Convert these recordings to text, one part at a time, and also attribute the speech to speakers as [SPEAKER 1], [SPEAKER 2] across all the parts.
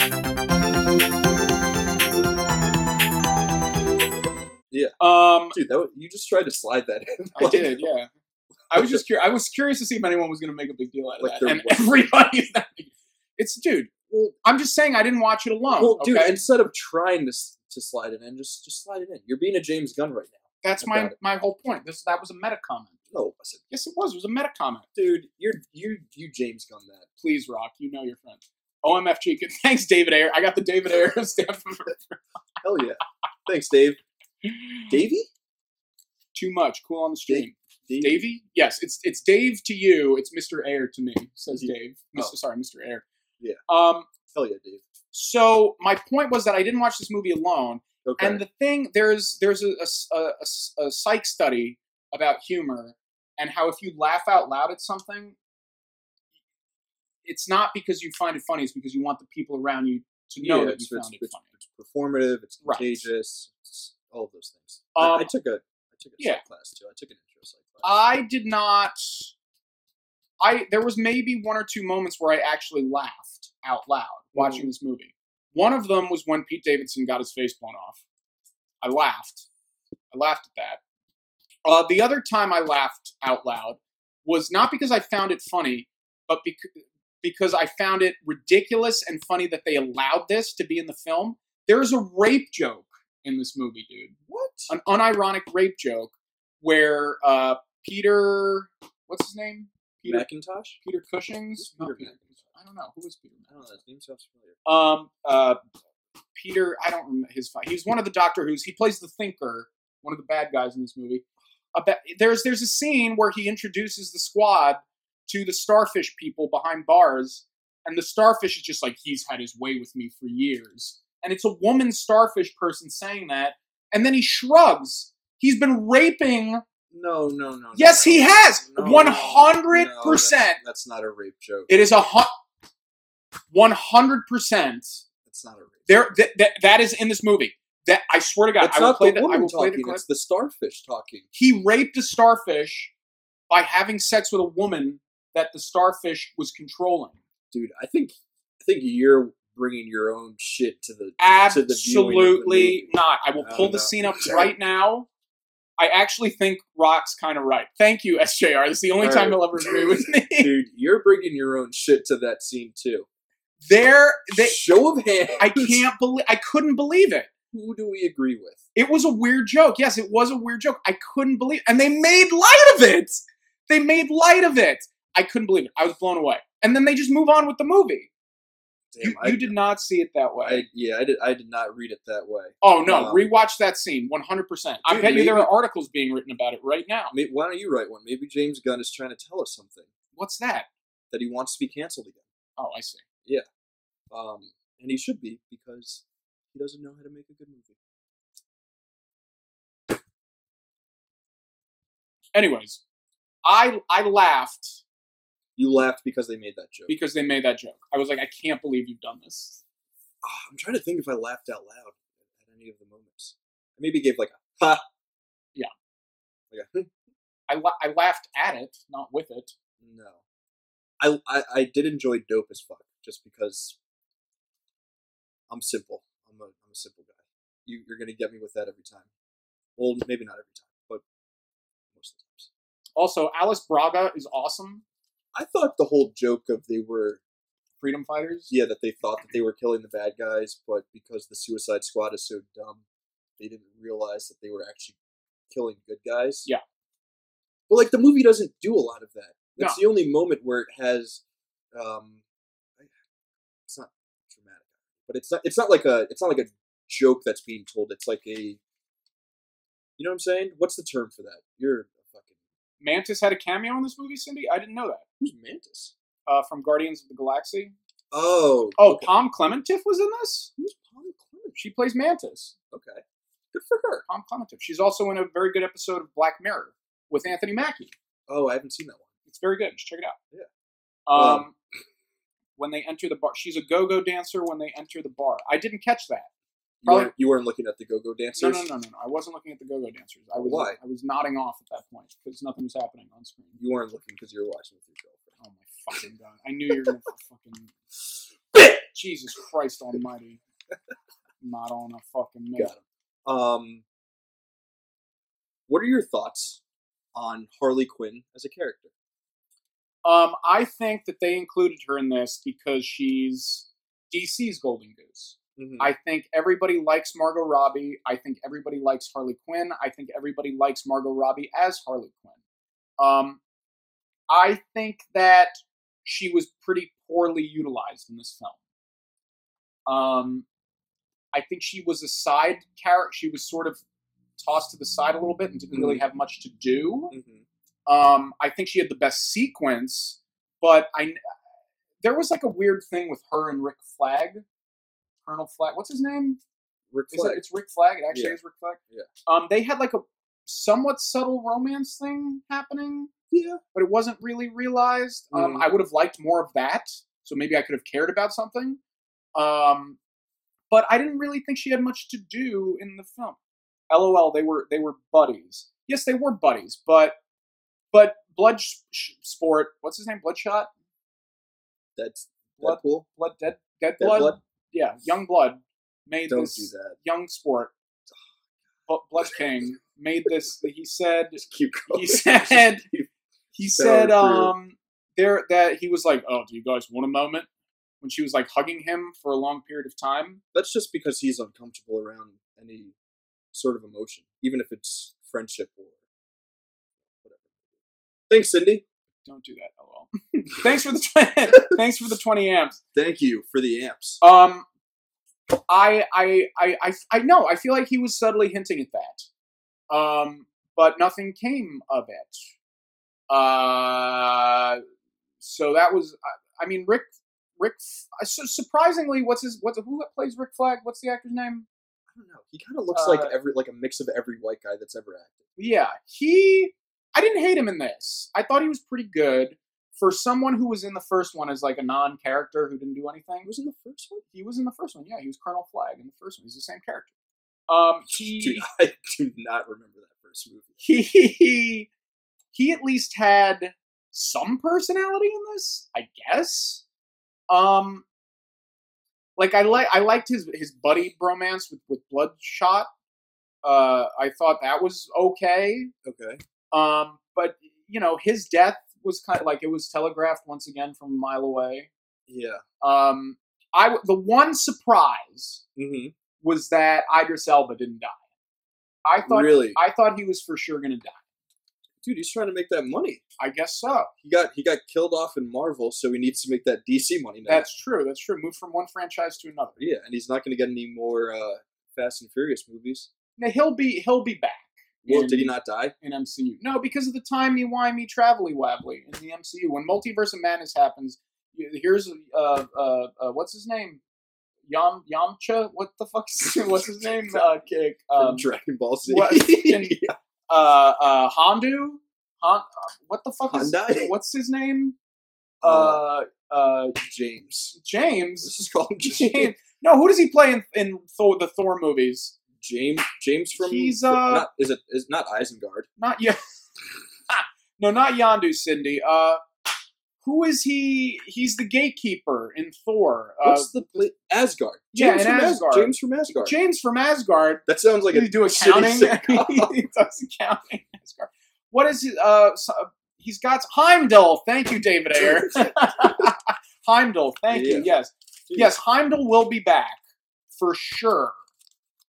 [SPEAKER 1] That was, you just tried to slide that in.
[SPEAKER 2] I did, yeah. I was just curious. I was curious to see if anyone was going to make a big deal out of
[SPEAKER 1] Like
[SPEAKER 2] that,
[SPEAKER 1] there
[SPEAKER 2] and
[SPEAKER 1] was-
[SPEAKER 2] everybody's not. making- It's dude.
[SPEAKER 1] Well-
[SPEAKER 2] I'm just saying I didn't watch it alone.
[SPEAKER 1] Well,
[SPEAKER 2] Oh, okay?
[SPEAKER 1] dude, instead of trying to s- to slide it in, just just slide it in. You're being a James Gunn right now.
[SPEAKER 2] that's my
[SPEAKER 1] about it.
[SPEAKER 2] my whole point. This that was a meta comment.
[SPEAKER 1] No, I said,
[SPEAKER 2] Yes, it was. It was a meta comment.
[SPEAKER 1] dude, you're you you James Gunn that.
[SPEAKER 2] Please, Rock. You know your friend. OMFG. Good. Thanks, David Ayer. I got the David Ayer staff member.
[SPEAKER 1] Hell yeah. Thanks, Dave. Davey?
[SPEAKER 2] Too much. Cool on the stream.
[SPEAKER 1] Davey?
[SPEAKER 2] Davey? Yes, it's it's Dave to you. It's Mr. Ayer to me. Says
[SPEAKER 1] Yeah.
[SPEAKER 2] Dave.
[SPEAKER 1] Oh.
[SPEAKER 2] Mr. Sorry, Mr. Ayer.
[SPEAKER 1] Yeah.
[SPEAKER 2] Um.
[SPEAKER 1] Hell yeah, Dave.
[SPEAKER 2] So my point was that I didn't watch this movie alone.
[SPEAKER 1] Okay.
[SPEAKER 2] And the thing there's there's a, a s- a- a s- a psych study about humor and how if you laugh out loud at something, it's not because you find it funny; it's because you want the people around you to know
[SPEAKER 1] Yeah,
[SPEAKER 2] that
[SPEAKER 1] it's-
[SPEAKER 2] you
[SPEAKER 1] it's-
[SPEAKER 2] found it
[SPEAKER 1] it's-
[SPEAKER 2] funny.
[SPEAKER 1] performative, it's
[SPEAKER 2] Right.
[SPEAKER 1] contagious, it's all of those things. I, I
[SPEAKER 2] Um,
[SPEAKER 1] took a I took a
[SPEAKER 2] yeah. Uh,
[SPEAKER 1] psych class too. I took an intro psych class.
[SPEAKER 2] I did not. I there was maybe one or two moments where I actually laughed out loud watching this movie. One of them was when Pete Davidson got his face blown off. I laughed. I laughed at that. Uh, the other time I laughed out loud was not because I found it funny, but bec- because I found it ridiculous and funny that they allowed this to be in the film. There's a rape joke in this movie, dude
[SPEAKER 1] what?
[SPEAKER 2] an unironic rape joke where uh, Peter, what's his name? Peter
[SPEAKER 1] Macintosh?
[SPEAKER 2] Peter Cushing's.
[SPEAKER 1] Peter
[SPEAKER 2] Not Peter Cushing. I don't know who is Peter.
[SPEAKER 1] I don't know, that name sounds familiar.
[SPEAKER 2] Um, uh, Peter, I don't remember his. fi- He's one of the Doctor Who's. He plays the Thinker, one of the bad guys in this movie. About, there's there's a scene where he introduces the squad to the starfish people behind bars, and the starfish is just like he's had his way with me for years, and it's a woman starfish person saying that, and then he shrugs. He's been raping.
[SPEAKER 1] No, no, no. no,
[SPEAKER 2] Yes,
[SPEAKER 1] no.
[SPEAKER 2] he has.
[SPEAKER 1] No, no,
[SPEAKER 2] One
[SPEAKER 1] no,
[SPEAKER 2] hundred percent.
[SPEAKER 1] that's- That's not a rape joke.
[SPEAKER 2] It is a one hundred percent.
[SPEAKER 1] That's not a rape.
[SPEAKER 2] There, that that that is in this movie. That I swear to God,
[SPEAKER 1] it's
[SPEAKER 2] I will
[SPEAKER 1] not
[SPEAKER 2] play
[SPEAKER 1] the
[SPEAKER 2] that. I
[SPEAKER 1] woman
[SPEAKER 2] will play the
[SPEAKER 1] talking.
[SPEAKER 2] clip.
[SPEAKER 1] It's the starfish talking.
[SPEAKER 2] He raped a starfish by having sex with a woman that the starfish was controlling.
[SPEAKER 1] Dude, I think I think you're bringing your own shit to the to the viewing of the
[SPEAKER 2] Absolutely
[SPEAKER 1] movie. Oh,
[SPEAKER 2] not. I will
[SPEAKER 1] I
[SPEAKER 2] pull
[SPEAKER 1] don't
[SPEAKER 2] the
[SPEAKER 1] know.
[SPEAKER 2] scene up right now. I actually think Rock's kind of right. Thank you, SJR. This is the only
[SPEAKER 1] All
[SPEAKER 2] time
[SPEAKER 1] right.
[SPEAKER 2] you'll ever agree with me.
[SPEAKER 1] Dude, you're bringing your own shit to that scene too.
[SPEAKER 2] there, they,
[SPEAKER 1] Show of hands.
[SPEAKER 2] I can't believe. I couldn't believe it.
[SPEAKER 1] Who do we agree with?
[SPEAKER 2] It was a weird joke. Yes, it was a weird joke. I couldn't believe and they made light of it. They made light of it. I couldn't believe it. I was blown away. And then they just move on with the movie.
[SPEAKER 1] Damn,
[SPEAKER 2] you,
[SPEAKER 1] I,
[SPEAKER 2] you did not see it that way.
[SPEAKER 1] I, yeah, I did. I did not read it that way.
[SPEAKER 2] oh no,
[SPEAKER 1] um,
[SPEAKER 2] rewatch that scene 100%. I
[SPEAKER 1] Dude,
[SPEAKER 2] bet you there
[SPEAKER 1] maybe-
[SPEAKER 2] are articles being written about it right now.
[SPEAKER 1] May why don't you write one? Maybe James Gunn is trying to tell us something
[SPEAKER 2] What's that?
[SPEAKER 1] that he wants to be canceled again.
[SPEAKER 2] Oh, I see.
[SPEAKER 1] Um, and he should be because he doesn't know how to make a good movie.
[SPEAKER 2] Anyways, I I laughed
[SPEAKER 1] You laughed because they made that joke.
[SPEAKER 2] because they made that joke. I was like I can't believe you've done this.
[SPEAKER 1] Ah, I'm trying to think if I laughed out loud at any of the moments. I maybe gave like a ha.
[SPEAKER 2] Yeah.
[SPEAKER 1] Like a, "Hmm."
[SPEAKER 2] I la- I laughed at it, not with it.
[SPEAKER 1] no. I, I I did enjoy dope as fuck just because I'm simple. I'm a I'm a simple guy. You you're gonna get me with that every time. Well, maybe not every time, but most of the times.
[SPEAKER 2] Also, Alice Braga is awesome.
[SPEAKER 1] I thought the whole joke of they were
[SPEAKER 2] Freedom Fighters.
[SPEAKER 1] yeah that they thought that they were killing the bad guys, but because the Suicide Squad is so dumb, they didn't realize that they were actually killing good guys.
[SPEAKER 2] Yeah.
[SPEAKER 1] But like the movie doesn't do a lot of that.
[SPEAKER 2] No.
[SPEAKER 1] That's the only moment where it has, um, it's not dramatic, but it's not it's not like a it's not like a joke that's being told. It's like a, you know what I'm saying? What's the term for that? You're a fucking
[SPEAKER 2] Mantis had a cameo in this movie, Cindy? I didn't know that.
[SPEAKER 1] who's Mantis?
[SPEAKER 2] Uh, from Guardians of the Galaxy.
[SPEAKER 1] Oh,
[SPEAKER 2] Oh, Palm Clementif was in this?
[SPEAKER 1] who's Polly Clem?
[SPEAKER 2] She plays Mantis.
[SPEAKER 1] Okay, good for her.
[SPEAKER 2] Palm Clementif. She's also in a very good episode of Black Mirror with Anthony Mackie.
[SPEAKER 1] Oh, I haven't seen that one.
[SPEAKER 2] It's very good. You should check it out.
[SPEAKER 1] Yeah.
[SPEAKER 2] Um, when they enter the bar, she's a go-go dancer. When they enter the bar, I didn't catch that.
[SPEAKER 1] You
[SPEAKER 2] Probably-
[SPEAKER 1] weren't, you weren't looking at the go-go
[SPEAKER 2] Oh. No,
[SPEAKER 1] dancers.
[SPEAKER 2] no, no, no, no. I wasn't looking at the go-go dancers. I was.
[SPEAKER 1] Why?
[SPEAKER 2] I was nodding off at that point because nothing was happening on screen.
[SPEAKER 1] You weren't looking because you were watching with your girlfriend.
[SPEAKER 2] Oh my fucking god! I knew you were gonna fucking. Jesus Christ Almighty! Not on a fucking minute.
[SPEAKER 1] Got Um, What are your thoughts on Harley Quinn as a character?
[SPEAKER 2] Um, I think that they included her in this because she's DC's golden goose.
[SPEAKER 1] Mhm.
[SPEAKER 2] I think everybody likes Margot Robbie. I think everybody likes Harley Quinn. I think everybody likes Margot Robbie as Harley Quinn. Um, I think that she was pretty poorly utilized in this film. Um, I think she was a side character. She was sort of tossed to the side a little bit and didn't really have much to do.
[SPEAKER 1] Mhm.
[SPEAKER 2] Um, I think she had the best sequence, but I there was like a weird thing with her and Rick Flag, Colonel Flag. What's his name?
[SPEAKER 1] Rick
[SPEAKER 2] Is
[SPEAKER 1] Flag.
[SPEAKER 2] it, it's Rick Flag. It actually
[SPEAKER 1] Yeah.
[SPEAKER 2] is Rick Flag.
[SPEAKER 1] Yeah.
[SPEAKER 2] Um, they had like a somewhat subtle romance thing happening,
[SPEAKER 1] yeah.
[SPEAKER 2] but it wasn't really realized. Um,
[SPEAKER 1] Mhm.
[SPEAKER 2] I would have liked more of that, so maybe I could have cared about something. Um, but I didn't really think she had much to do in the film. LOL, they were they were buddies. Yes, they were buddies, but but Blood sh- sh- Sport, what's his name? Bloodshot,
[SPEAKER 1] That's
[SPEAKER 2] Blood-
[SPEAKER 1] Deadpool.
[SPEAKER 2] Blood Dead Dead
[SPEAKER 1] Dead
[SPEAKER 2] Blood.
[SPEAKER 1] Blood?
[SPEAKER 2] Yeah, Young Blood made
[SPEAKER 1] Don't
[SPEAKER 2] this
[SPEAKER 1] do that.
[SPEAKER 2] Young Sport. Bu- Blood King made this. He said
[SPEAKER 1] Just keep going.
[SPEAKER 2] he said he
[SPEAKER 1] So
[SPEAKER 2] said
[SPEAKER 1] true.
[SPEAKER 2] um there that he was like oh do you guys want a moment when she was like hugging him for a long period of time
[SPEAKER 1] That's just because he's uncomfortable around any sort of emotion, even if it's friendship or whatever. Thanks, Cindy.
[SPEAKER 2] don't do that lol thanks for the 20, thanks for the 20 amps
[SPEAKER 1] Thank you for the amps.
[SPEAKER 2] um I, I i i i know i feel like he was subtly hinting at that um but nothing came of it uh so that was i, I mean rick rick so surprisingly what's his what's who plays rick flag what's the actor's name
[SPEAKER 1] I don't know. He kind of looks like
[SPEAKER 2] Uh,
[SPEAKER 1] every like a mix of every white guy that's ever acted.
[SPEAKER 2] Yeah, he. I didn't hate him in this. I thought he was pretty good for someone who was in the first one as like a non-character who didn't do anything.
[SPEAKER 1] He was in the first one.
[SPEAKER 2] He was in the first one. Yeah, he was Colonel Flag in the first one. He's the same character. Um,
[SPEAKER 1] Dude,
[SPEAKER 2] he
[SPEAKER 1] I do not remember that first movie.
[SPEAKER 2] he he he at least had some personality in this, I guess. Um, like I like I liked his his buddy bromance with with Bloodshot. Uh, I thought that was okay.
[SPEAKER 1] Okay.
[SPEAKER 2] Um, but you know, his death was kind of like it was telegraphed once again from a mile away.
[SPEAKER 1] Yeah.
[SPEAKER 2] Um, I w- the one surprise
[SPEAKER 1] Mm-hmm.
[SPEAKER 2] was that Idris Elba didn't die. I thought
[SPEAKER 1] Really?
[SPEAKER 2] I thought he was for sure gonna die.
[SPEAKER 1] Dude, he's trying to make that money.
[SPEAKER 2] I guess so.
[SPEAKER 1] He got he got killed off in Marvel, so he needs to make that DC money now.
[SPEAKER 2] That's true. That's true. Move from one franchise to another.
[SPEAKER 1] yeah, and he's not going to get any more uh, Fast and Furious movies.
[SPEAKER 2] Now he'll be he'll be back.
[SPEAKER 1] Well,
[SPEAKER 2] in-
[SPEAKER 1] did he not die?
[SPEAKER 2] in MCU. No, because of the timey wimey travelly wabbly in the MCU. When Multiverse of Madness happens, y- here's uh, uh, uh what's his name? Yam Yamcha? What the fuck? Is, what's his name? Uh, kick.
[SPEAKER 1] From
[SPEAKER 2] Um,
[SPEAKER 1] Dragon Ball Z.
[SPEAKER 2] what- fucking- uh, uh, Hondu. Hon, uh, what the fuck is?
[SPEAKER 1] Hyundai?
[SPEAKER 2] What's his name?
[SPEAKER 1] Uh,
[SPEAKER 2] Uh, uh,
[SPEAKER 1] James.
[SPEAKER 2] James.
[SPEAKER 1] This is called James.
[SPEAKER 2] James. No, who does he play in, in Thor, the Thor movies?
[SPEAKER 1] James. James from.
[SPEAKER 2] He's,
[SPEAKER 1] from-
[SPEAKER 2] uh,
[SPEAKER 1] not, is it is not Isengard?
[SPEAKER 2] Not yet. no, not Yandu, Cindy. Uh, who is he? He's the gatekeeper in Thor. Uh,
[SPEAKER 1] What's the pla- Asgard?
[SPEAKER 2] yeah, in
[SPEAKER 1] from As-
[SPEAKER 2] Asgard.
[SPEAKER 1] James from Asgard.
[SPEAKER 2] James from Asgard.
[SPEAKER 1] that sounds like
[SPEAKER 2] Did
[SPEAKER 1] a
[SPEAKER 2] he do
[SPEAKER 1] shitty
[SPEAKER 2] accounting?
[SPEAKER 1] sitcom.
[SPEAKER 2] he does accounting. in Asgard. What is his? Uh, so, he's got Heimdall. Thank you, David Ayer. Heimdall. Thank
[SPEAKER 1] Yeah.
[SPEAKER 2] you. Yes. Yes, Heimdall will be back for sure.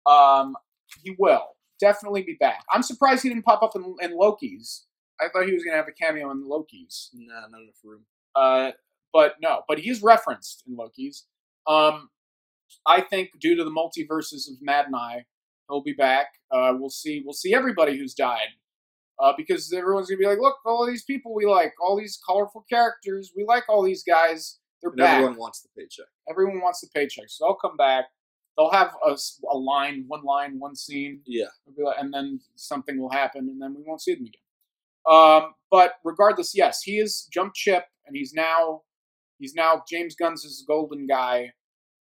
[SPEAKER 2] Um, he will definitely be back. I'm surprised he didn't pop up in, in Loki's. I thought he was going to have a cameo in Loki's,
[SPEAKER 1] Nah, not enough room.
[SPEAKER 2] uh, but no. But he is referenced in Loki's. Um, I think due to the multiverses of Mad and I, he'll be back. Uh, we'll see. We'll see everybody who's died. Uh, because everyone's gonna be like, look, all these people we like, all these colorful characters, we like all these guys. They're
[SPEAKER 1] And
[SPEAKER 2] back.
[SPEAKER 1] everyone wants the paycheck.
[SPEAKER 2] Everyone wants the paychecks. So they'll come back. They'll have a, s- a line, one line, one scene,
[SPEAKER 1] Yeah.
[SPEAKER 2] It'll be like- and then something will happen, and then we won't see them again. Um, but regardless, yes, he is jumped ship, and he's now he's now James Gunn's golden guy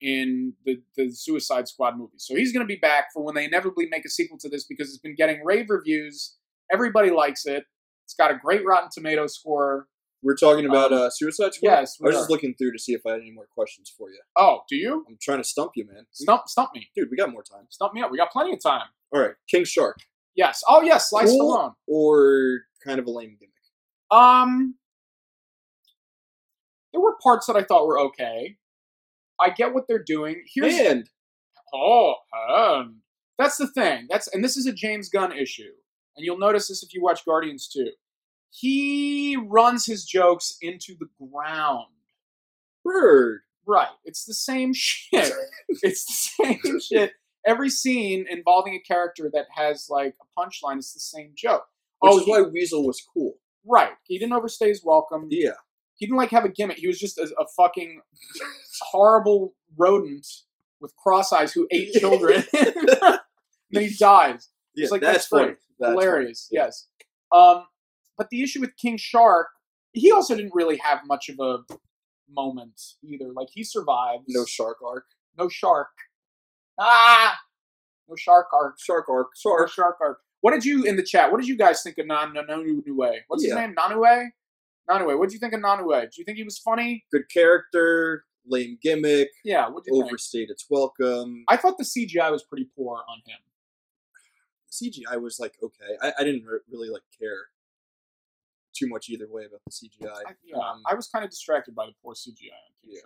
[SPEAKER 2] in the the Suicide Squad movie. So he's going to be back for when they inevitably make a sequel to this because it's been getting rave reviews. Everybody likes it. It's got a great Rotten Tomato score.
[SPEAKER 1] We're talking about
[SPEAKER 2] Um,
[SPEAKER 1] uh, Suicide Squad.
[SPEAKER 2] Yes.
[SPEAKER 1] I
[SPEAKER 2] we
[SPEAKER 1] was just
[SPEAKER 2] are.
[SPEAKER 1] looking through to see if I had any more questions for you.
[SPEAKER 2] oh, do you?
[SPEAKER 1] I'm trying to stump you, man. We-
[SPEAKER 2] Stump, stump me.
[SPEAKER 1] dude, we got more time.
[SPEAKER 2] Stump me up. We got plenty of time.
[SPEAKER 1] All right, King Shark.
[SPEAKER 2] Yes. Oh yes, Sly
[SPEAKER 1] Cool.
[SPEAKER 2] Stallone.
[SPEAKER 1] or kind of a lame gimmick.
[SPEAKER 2] Um, there were parts that I thought were okay. I get what they're doing. Here's
[SPEAKER 1] And
[SPEAKER 2] oh, um, that's the thing. That's and this is a James Gunn issue, and you'll notice this if you watch Guardians too. He runs his jokes into the ground.
[SPEAKER 1] Bird.
[SPEAKER 2] Right. It's the same shit. it's the same shit. Every scene involving a character that has like a punchline is the same joke.
[SPEAKER 1] Which
[SPEAKER 2] oh,
[SPEAKER 1] is
[SPEAKER 2] he-
[SPEAKER 1] why Weasel was cool.
[SPEAKER 2] right. He didn't overstay his welcome.
[SPEAKER 1] Yeah.
[SPEAKER 2] he didn't like have a gimmick. He was just a, a fucking horrible rodent with cross eyes who ate children. then he dies.
[SPEAKER 1] Yeah,
[SPEAKER 2] like, that's
[SPEAKER 1] that's, funny.
[SPEAKER 2] great.
[SPEAKER 1] That's
[SPEAKER 2] Hilarious.
[SPEAKER 1] funny.
[SPEAKER 2] Yes. Um, but the issue with King Shark, he also didn't really have much of a moment either. Like he survives.
[SPEAKER 1] No shark arc.
[SPEAKER 2] no shark. Ah, no shark arc.
[SPEAKER 1] Shark arc.
[SPEAKER 2] Or
[SPEAKER 1] Shark.
[SPEAKER 2] shark arc. What did you in the chat? What did you guys think of Nan Nanue? What's his
[SPEAKER 1] Yeah.
[SPEAKER 2] name? Nanue. Nanue. What did you think of Nanue? Do you think he was funny?
[SPEAKER 1] Good character. Lame gimmick.
[SPEAKER 2] Yeah. What did you think?
[SPEAKER 1] Overstayed its welcome.
[SPEAKER 2] I thought the CGI was pretty poor on him.
[SPEAKER 1] CGI was like okay. I, I didn't re- really like care too much either way about the CGI.
[SPEAKER 2] I, yeah,
[SPEAKER 1] Um,
[SPEAKER 2] I was kind of distracted by the poor CGI on King
[SPEAKER 1] Yeah.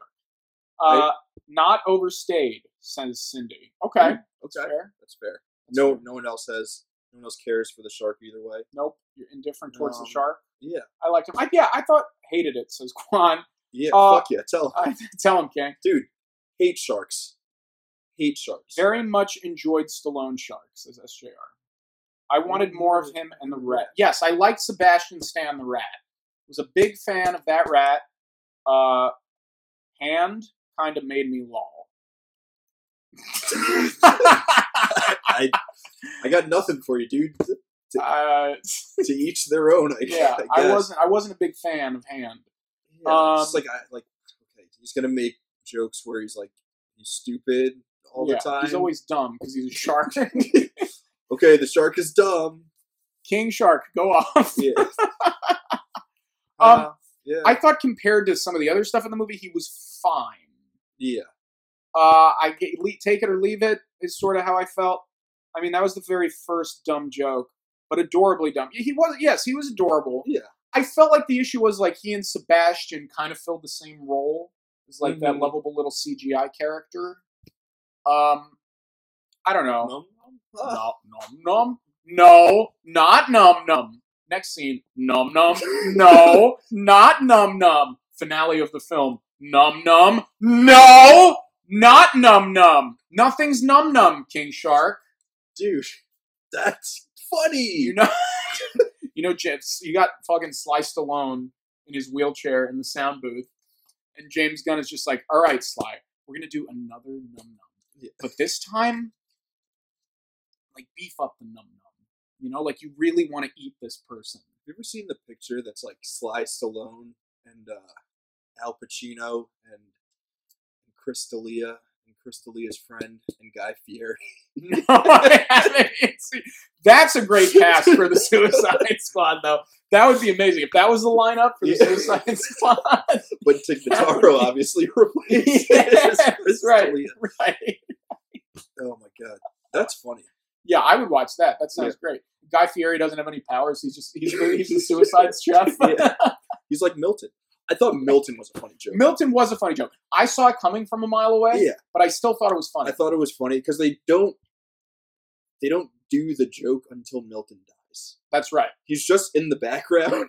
[SPEAKER 2] Shark. Uh, not overstayed, says Cindy. Okay, that's
[SPEAKER 1] okay,
[SPEAKER 2] fair.
[SPEAKER 1] that's fair.
[SPEAKER 2] That's
[SPEAKER 1] no,
[SPEAKER 2] fair.
[SPEAKER 1] no one else has. No one else cares for the shark either way.
[SPEAKER 2] Nope, you're indifferent towards
[SPEAKER 1] Um,
[SPEAKER 2] the shark.
[SPEAKER 1] Yeah,
[SPEAKER 2] I liked him. I, yeah, I thought hated it, says Quan.
[SPEAKER 1] yeah.
[SPEAKER 2] Uh,
[SPEAKER 1] fuck yeah. Tell
[SPEAKER 2] I tell him, King.
[SPEAKER 1] dude. Hate sharks. Hate sharks.
[SPEAKER 2] Very much enjoyed Stallone Shark, says SJR. I wanted more of him and the rat. Yes, I liked Sebastian Stan the rat. Was a big fan of that rat. Uh, hand kind of made me lol.
[SPEAKER 1] I, I got nothing for you, dude.
[SPEAKER 2] uh,
[SPEAKER 1] To each their own. I,
[SPEAKER 2] yeah,
[SPEAKER 1] I
[SPEAKER 2] I
[SPEAKER 1] guess.
[SPEAKER 2] wasn't. I wasn't a big fan of Hand.
[SPEAKER 1] Yeah, it's just
[SPEAKER 2] Um,
[SPEAKER 1] like I like okay, he's gonna make jokes where he's like he's stupid all
[SPEAKER 2] Yeah,
[SPEAKER 1] the time.
[SPEAKER 2] He's always dumb because he's a shark.
[SPEAKER 1] okay, the shark is dumb.
[SPEAKER 2] King Shark, go off.
[SPEAKER 1] Yeah. Uh-huh.
[SPEAKER 2] Um,
[SPEAKER 1] yeah.
[SPEAKER 2] I thought compared to some of the other stuff in the movie, he was fine.
[SPEAKER 1] yeah.
[SPEAKER 2] Uh, I get, le- take it or leave it is sort of how I felt. I mean, that was the very first dumb joke, but adorably dumb. He was yes, he was adorable.
[SPEAKER 1] Yeah.
[SPEAKER 2] I felt like the issue was like he and Sebastian kind of filled the same role as like that
[SPEAKER 1] Mhm.
[SPEAKER 2] lovable little CGI character. Um, I don't know.
[SPEAKER 1] Nom, nom. Ah.
[SPEAKER 2] Nom nom nom. No, not num num. Next scene, num num. No, not num num. Finale of the film, num num. No, not num num. Nothing's num num. King Shark.
[SPEAKER 1] Dude, that's funny.
[SPEAKER 2] You know, you know, James, you got fucking sliced alone in his wheelchair in the sound booth, and James Gunn is just like, "All right, Sly, we're gonna do another num num,
[SPEAKER 1] Yeah.
[SPEAKER 2] but this time, like, beef up the num num. You know, like you really want to eat this person.
[SPEAKER 1] Have you ever seen the picture that's like Sly Stallone and uh, Al Pacino and Chris D'Elia and Chris D'Elia's friend and Guy Fieri?
[SPEAKER 2] No, I haven't. That's a great cast for the Suicide Squad, though. That would be amazing if that was the lineup for the
[SPEAKER 1] Yeah.
[SPEAKER 2] Suicide Squad.
[SPEAKER 1] But Tignataro obviously replaced
[SPEAKER 2] Yes,
[SPEAKER 1] Chris
[SPEAKER 2] right.
[SPEAKER 1] D'Elia.
[SPEAKER 2] right.
[SPEAKER 1] Oh my god, that's funny.
[SPEAKER 2] Yeah, I would watch that. That sounds great. Guy Fieri doesn't have any powers. He's just he's the, he's the suicide chef.
[SPEAKER 1] Yeah. He's like Milton. I thought Milton was a funny joke.
[SPEAKER 2] Milton was a funny joke. I saw it coming from a mile away,
[SPEAKER 1] Yeah,
[SPEAKER 2] but I still thought it was funny.
[SPEAKER 1] I thought it was funny because they don't they don't do the joke until Milton dies.
[SPEAKER 2] That's right.
[SPEAKER 1] He's just in the background.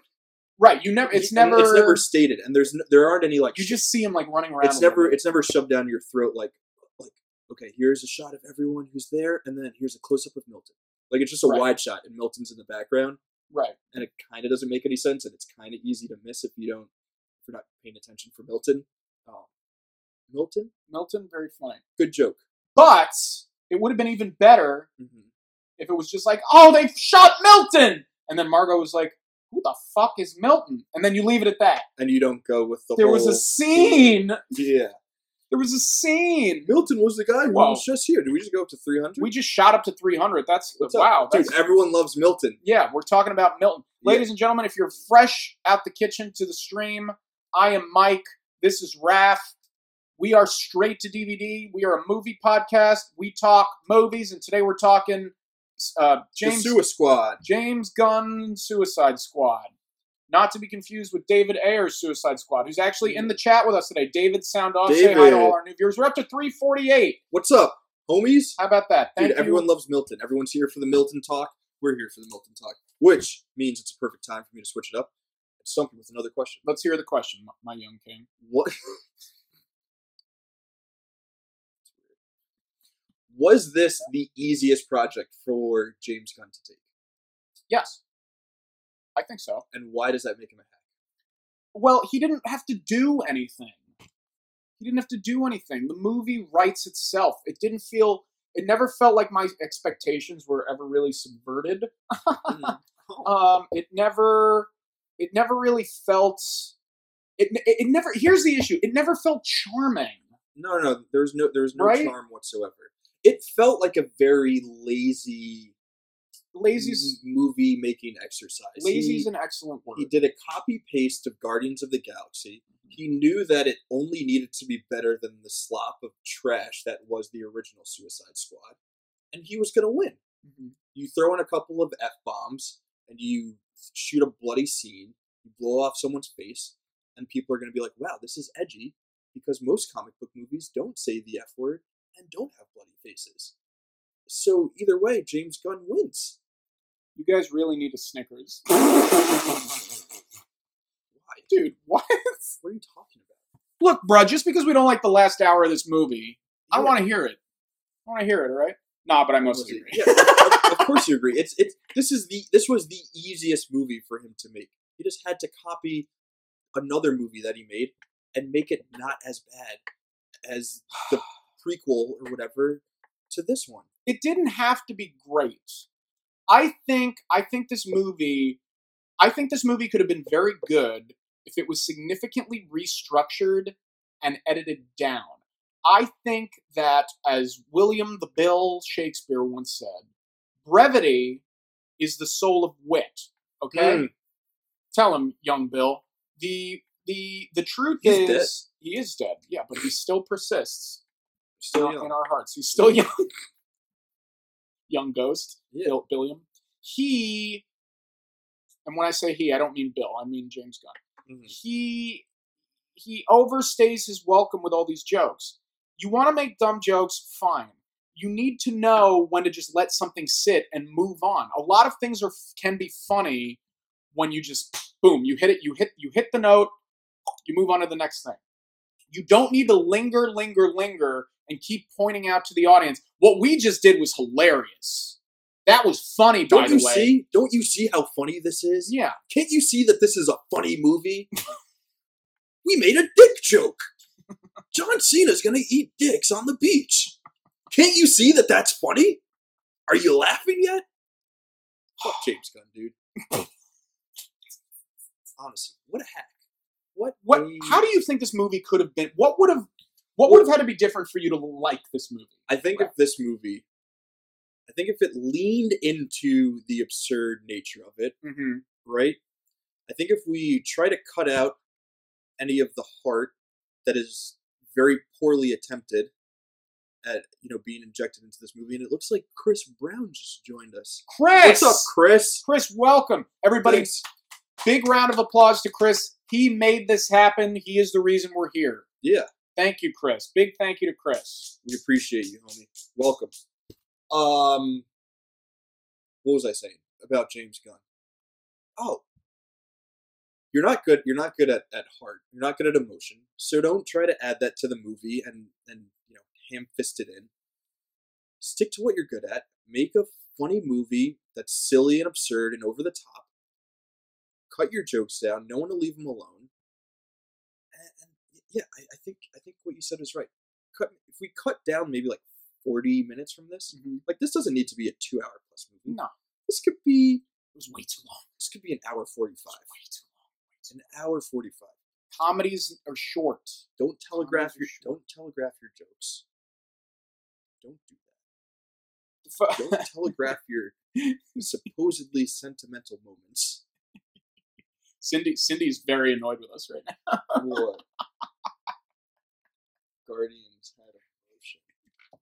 [SPEAKER 2] Right. You never. It's
[SPEAKER 1] He- and
[SPEAKER 2] never.
[SPEAKER 1] it's never stated, and there's no, there aren't any like
[SPEAKER 2] You just see him like running around.
[SPEAKER 1] it's
[SPEAKER 2] a little
[SPEAKER 1] never
[SPEAKER 2] bit.
[SPEAKER 1] it's never shoved down your throat like like okay here's a shot of everyone who's there, and then here's a close up of Milton. Like it's just a
[SPEAKER 2] Right.
[SPEAKER 1] wide shot, and Milton's in the background,
[SPEAKER 2] right.
[SPEAKER 1] and it kind of doesn't make any sense, and it's kind of easy to miss if you don't if you're not paying attention for Milton. Um, Milton,
[SPEAKER 2] Milton, very funny.
[SPEAKER 1] good joke.
[SPEAKER 2] But it would have been even better
[SPEAKER 1] hmm
[SPEAKER 2] if it was just like, oh, they shot Milton, and then Margot was like, who the fuck is Milton? And then you leave it at that.
[SPEAKER 1] and you don't go with the
[SPEAKER 2] There
[SPEAKER 1] whole,
[SPEAKER 2] was a scene.
[SPEAKER 1] yeah.
[SPEAKER 2] There was a scene.
[SPEAKER 1] Milton was the guy who
[SPEAKER 2] Wow.
[SPEAKER 1] was just here. Do we just go up to three hundred?
[SPEAKER 2] We just shot up to 300. That's
[SPEAKER 1] What's up?
[SPEAKER 2] wow.
[SPEAKER 1] Dude,
[SPEAKER 2] That's,
[SPEAKER 1] everyone loves Milton.
[SPEAKER 2] yeah, we're talking about Milton.
[SPEAKER 1] Yeah.
[SPEAKER 2] Ladies and gentlemen, if you're fresh out the kitchen to the stream, I am Mike. This is Raph. We are straight to DVD. We are a movie podcast. We talk movies, and today we're talking uh,
[SPEAKER 1] The
[SPEAKER 2] James
[SPEAKER 1] Suicide Squad.
[SPEAKER 2] James Gunn Suicide Squad. Not to be confused with David Ayer's Suicide Squad, who's actually in the chat with us today. David, sound off, say hi to
[SPEAKER 1] David.
[SPEAKER 2] all our new viewers. We're up to 348.
[SPEAKER 1] What's up, homies?
[SPEAKER 2] How about that? Thank
[SPEAKER 1] Dude,
[SPEAKER 2] you.
[SPEAKER 1] everyone loves Milton. Everyone's here for the Milton talk. We're here for the Milton talk, which means it's a perfect time for me to switch it up and stump you with another question.
[SPEAKER 2] Let's hear the question, my- my young king.
[SPEAKER 1] What was this the easiest project for James Gunn to take,
[SPEAKER 2] Yes, I think so.
[SPEAKER 1] and why does that make him a hack?
[SPEAKER 2] Well, he didn't have to do anything. He didn't have to do anything. The movie writes itself. It didn't feel. It never felt like my expectations were ever really subverted.
[SPEAKER 1] Mm.
[SPEAKER 2] um, it never it never really felt it, it, it never here's the issue it never felt charming
[SPEAKER 1] No, no, no. There's no, there's no
[SPEAKER 2] Right?
[SPEAKER 1] charm whatsoever. It felt like a very lazy,
[SPEAKER 2] lazy's
[SPEAKER 1] movie making exercise.
[SPEAKER 2] lazy's
[SPEAKER 1] He-
[SPEAKER 2] an excellent word
[SPEAKER 1] Mm-hmm. He did a copy paste of Guardians of the Galaxy. He knew that it only needed to be better than the slop of trash that was the original Suicide Squad, and he was going to win.
[SPEAKER 2] Mhm.
[SPEAKER 1] You throw in a couple of f bombs and you shoot a bloody scene. You blow off someone's face, and people are going to be like, "Wow, this is edgy," because most comic book movies don't say the f word and don't have bloody faces. So either way, James Gunn wins.
[SPEAKER 2] you guys really need a snickers
[SPEAKER 1] Why?
[SPEAKER 2] dude what
[SPEAKER 1] What are you talking about?
[SPEAKER 2] look bruh, just because we don't like the last hour of this movie i
[SPEAKER 1] Yeah.
[SPEAKER 2] want to hear it i want to hear it all right nah but i
[SPEAKER 1] Was
[SPEAKER 2] mostly
[SPEAKER 1] it-
[SPEAKER 2] agree
[SPEAKER 1] yeah, of, of course you agree. It's it's this is the this was the easiest movie for him to make. He just had to copy another movie that he made and make it not as bad as the prequel or whatever to this one.
[SPEAKER 2] it didn't have to be great. I think I think this movie I think this movie could have been very good if it was significantly restructured and edited down. I think that as William the Bill Shakespeare once said, brevity is the soul of wit. Okay?
[SPEAKER 1] Mm.
[SPEAKER 2] Tell him, young Bill. The the the truth
[SPEAKER 1] He's dead.
[SPEAKER 2] is he is dead, yeah, but he still persists
[SPEAKER 1] Still
[SPEAKER 2] in, our-
[SPEAKER 1] young.
[SPEAKER 2] in our hearts. He's still young. young ghost,
[SPEAKER 1] Yeah.
[SPEAKER 2] Bill, Billiam. He, and when I say he, I don't mean Bill. I mean James Gunn.
[SPEAKER 1] Mhm.
[SPEAKER 2] He he overstays his welcome with all these jokes. You want to make dumb jokes, fine. You need to know when to just let something sit and move on. A lot of things are can be funny when you just boom, you hit it, you hit you hit the note, you move on to the next thing. You don't need to linger, linger, linger, and keep pointing out to the audience what we just did was hilarious. That was funny, by
[SPEAKER 1] Don't
[SPEAKER 2] the
[SPEAKER 1] you
[SPEAKER 2] way.
[SPEAKER 1] see? Don't you see how funny this is?
[SPEAKER 2] Yeah,
[SPEAKER 1] Can't you see that this is a funny movie? we made a dick joke. John Cena's gonna eat dicks on the beach. Can't you see that that's funny? Are you laughing yet? Fuck James Gunn, dude. Honestly, what a hack. What?
[SPEAKER 2] what? How do you think this movie could have been? What would have? What would have had to be different for you to like this movie?
[SPEAKER 1] I think if this movie, I think if it leaned into the absurd nature of it,
[SPEAKER 2] Mm-hmm.
[SPEAKER 1] right? I think if we try to cut out any of the heart that is very poorly attempted at you know being injected into this movie, and it looks like Chris Brown just joined us. What's
[SPEAKER 2] Chris,
[SPEAKER 1] up, Chris?
[SPEAKER 2] Chris, welcome everybody.
[SPEAKER 1] Thanks.
[SPEAKER 2] Big round of applause to Chris. He made this happen. He is the reason we're here.
[SPEAKER 1] Yeah.
[SPEAKER 2] Thank you, Chris. Big thank you to Chris.
[SPEAKER 1] We appreciate you, homie. Welcome. Um, what was I saying about James Gunn? Oh, you're not good. You're not good at, at heart. You're not good at emotion. So don't try to add that to the movie and and you know ham fist it in. Stick to what you're good at. Make a funny movie that's silly and absurd and over the top. Cut your jokes down. No one to leave them alone. And, and yeah, I, I think I think what you said is right cut if we cut down maybe like 40 minutes from this like this doesn't need to be a two hour plus movie
[SPEAKER 2] No, it
[SPEAKER 1] this could be
[SPEAKER 2] was way too long.
[SPEAKER 1] this could be an hour 45
[SPEAKER 2] Way too
[SPEAKER 1] an hour 45
[SPEAKER 2] long. Comedies are short.
[SPEAKER 1] don't telegraph
[SPEAKER 2] for
[SPEAKER 1] your
[SPEAKER 2] sure.
[SPEAKER 1] don't telegraph your jokes don't do
[SPEAKER 2] F-
[SPEAKER 1] that don't telegraph your supposedly sentimental moments
[SPEAKER 2] Cindy, Cindy's very annoyed with us right now.
[SPEAKER 1] what guardians had emotion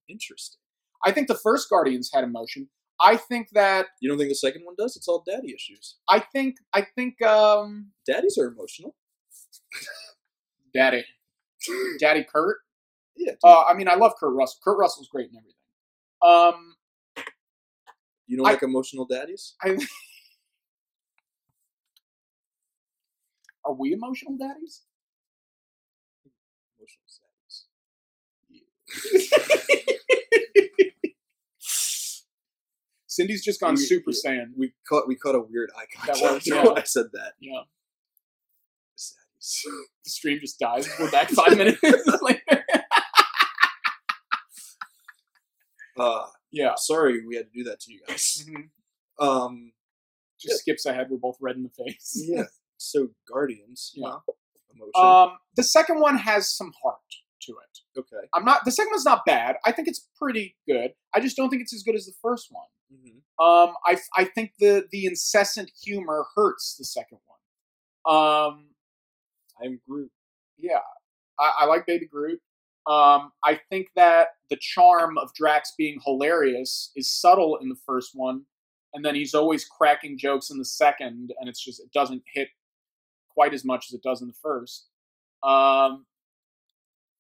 [SPEAKER 1] interesting
[SPEAKER 2] I think the first Guardians had emotion. I think that
[SPEAKER 1] You don't think the second one does? It's all daddy issues.
[SPEAKER 2] I think I think um
[SPEAKER 1] Daddies are emotional.
[SPEAKER 2] Daddy, Daddy Kurt.
[SPEAKER 1] Yeah. dude.
[SPEAKER 2] Uh, I mean, I love Kurt Russell. Kurt Russell's great and everything. Um,
[SPEAKER 1] you don't
[SPEAKER 2] I-
[SPEAKER 1] like emotional daddies?
[SPEAKER 2] I. Are we emotional daddies?
[SPEAKER 1] Emotional sadness.
[SPEAKER 2] Cindy's just gone
[SPEAKER 1] We-
[SPEAKER 2] Super
[SPEAKER 1] yeah.
[SPEAKER 2] Saiyan.
[SPEAKER 1] We caught we caught a weird eye contact
[SPEAKER 2] was-
[SPEAKER 1] when
[SPEAKER 2] yeah.
[SPEAKER 1] I said that.
[SPEAKER 2] Yeah,
[SPEAKER 1] Sadness.
[SPEAKER 2] the stream just dies. We're back five minutes later.
[SPEAKER 1] Uh,
[SPEAKER 2] Yeah,
[SPEAKER 1] sorry we had to do that to you guys.
[SPEAKER 2] Mhm.
[SPEAKER 1] Um,
[SPEAKER 2] just skips ahead. We're both red in the face.
[SPEAKER 1] yeah. So Guardians,
[SPEAKER 2] Yeah.
[SPEAKER 1] emotion.
[SPEAKER 2] Um, the second one has some heart to it.
[SPEAKER 1] okay.
[SPEAKER 2] I'm not. The second one's not bad. I think it's pretty good. I just don't think it's as good as the first one.
[SPEAKER 1] hmm
[SPEAKER 2] Um, I I think the the incessant humor hurts the second one. Um,
[SPEAKER 1] I'm Groot.
[SPEAKER 2] yeah, I, I like Baby Groot. Um, I think that the charm of Drax being hilarious is subtle in the first one, and then he's always cracking jokes in the second, and it's just it doesn't hit quite as much as it does in the first. Um,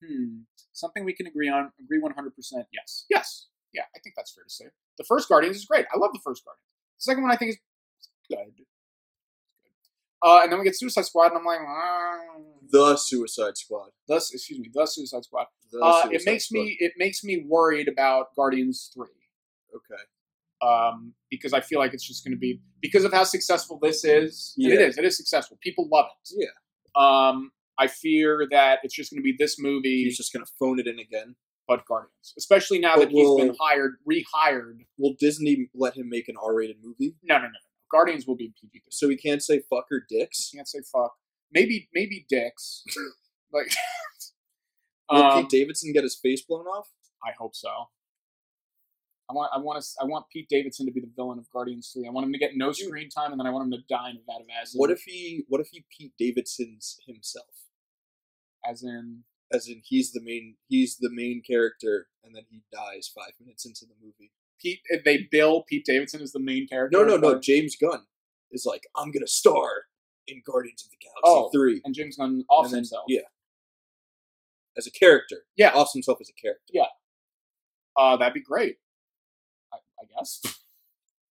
[SPEAKER 2] hmm, something we can agree on. Agree one hundred percent. Yes, yes, yeah. I think that's fair to say. The first Guardians is great. I love the first Guardians. The second one I think is good. Uh, and then we get Suicide Squad, and I'm like, "Ah."
[SPEAKER 1] The Suicide Squad.
[SPEAKER 2] thus excuse me the suicide squad
[SPEAKER 1] The
[SPEAKER 2] uh, it
[SPEAKER 1] Suicide
[SPEAKER 2] makes
[SPEAKER 1] Squad.
[SPEAKER 2] me it makes me worried about guardians 3
[SPEAKER 1] okay.
[SPEAKER 2] um, because i feel like it's just going to be because of how successful this is and it
[SPEAKER 1] Yeah.
[SPEAKER 2] is it is successful people love it
[SPEAKER 1] Yeah.
[SPEAKER 2] um, i fear that it's just going to be this movie
[SPEAKER 1] He's just gonna phone it in again.
[SPEAKER 2] but guardians especially now
[SPEAKER 1] But
[SPEAKER 2] that he's been
[SPEAKER 1] we'll-
[SPEAKER 2] hired rehired
[SPEAKER 1] Will Disney let him make an R-rated movie?
[SPEAKER 2] no no no guardians will be pg
[SPEAKER 1] So he can't say fuck or dicks.
[SPEAKER 2] can't say fuck maybe maybe dicks like
[SPEAKER 1] Will
[SPEAKER 2] um,
[SPEAKER 1] Pete Davidson get his face blown off?
[SPEAKER 2] I hope so. I want I want to I want Pete Davidson to be the villain of Guardians Three. I want him to get no screen time, and then I want him to die in a vat of acid.
[SPEAKER 1] What if he? What if he Pete Davidson's himself?
[SPEAKER 2] as in
[SPEAKER 1] As in, he's the main. He's the main character, and then he dies five minutes into the movie.
[SPEAKER 2] Pete? If they bill Pete Davidson as the main character.
[SPEAKER 1] No, no,
[SPEAKER 2] of
[SPEAKER 1] no.
[SPEAKER 2] Guardians-
[SPEAKER 1] James Gunn is like, I'm gonna star in Guardians of the Galaxy
[SPEAKER 2] Oh,
[SPEAKER 1] three,
[SPEAKER 2] And James Gunn offs
[SPEAKER 1] And then-
[SPEAKER 2] himself.
[SPEAKER 1] Yeah, as a character.
[SPEAKER 2] Yeah.
[SPEAKER 1] offs himself as a character.
[SPEAKER 2] Uh, that'd be great. I, I guess.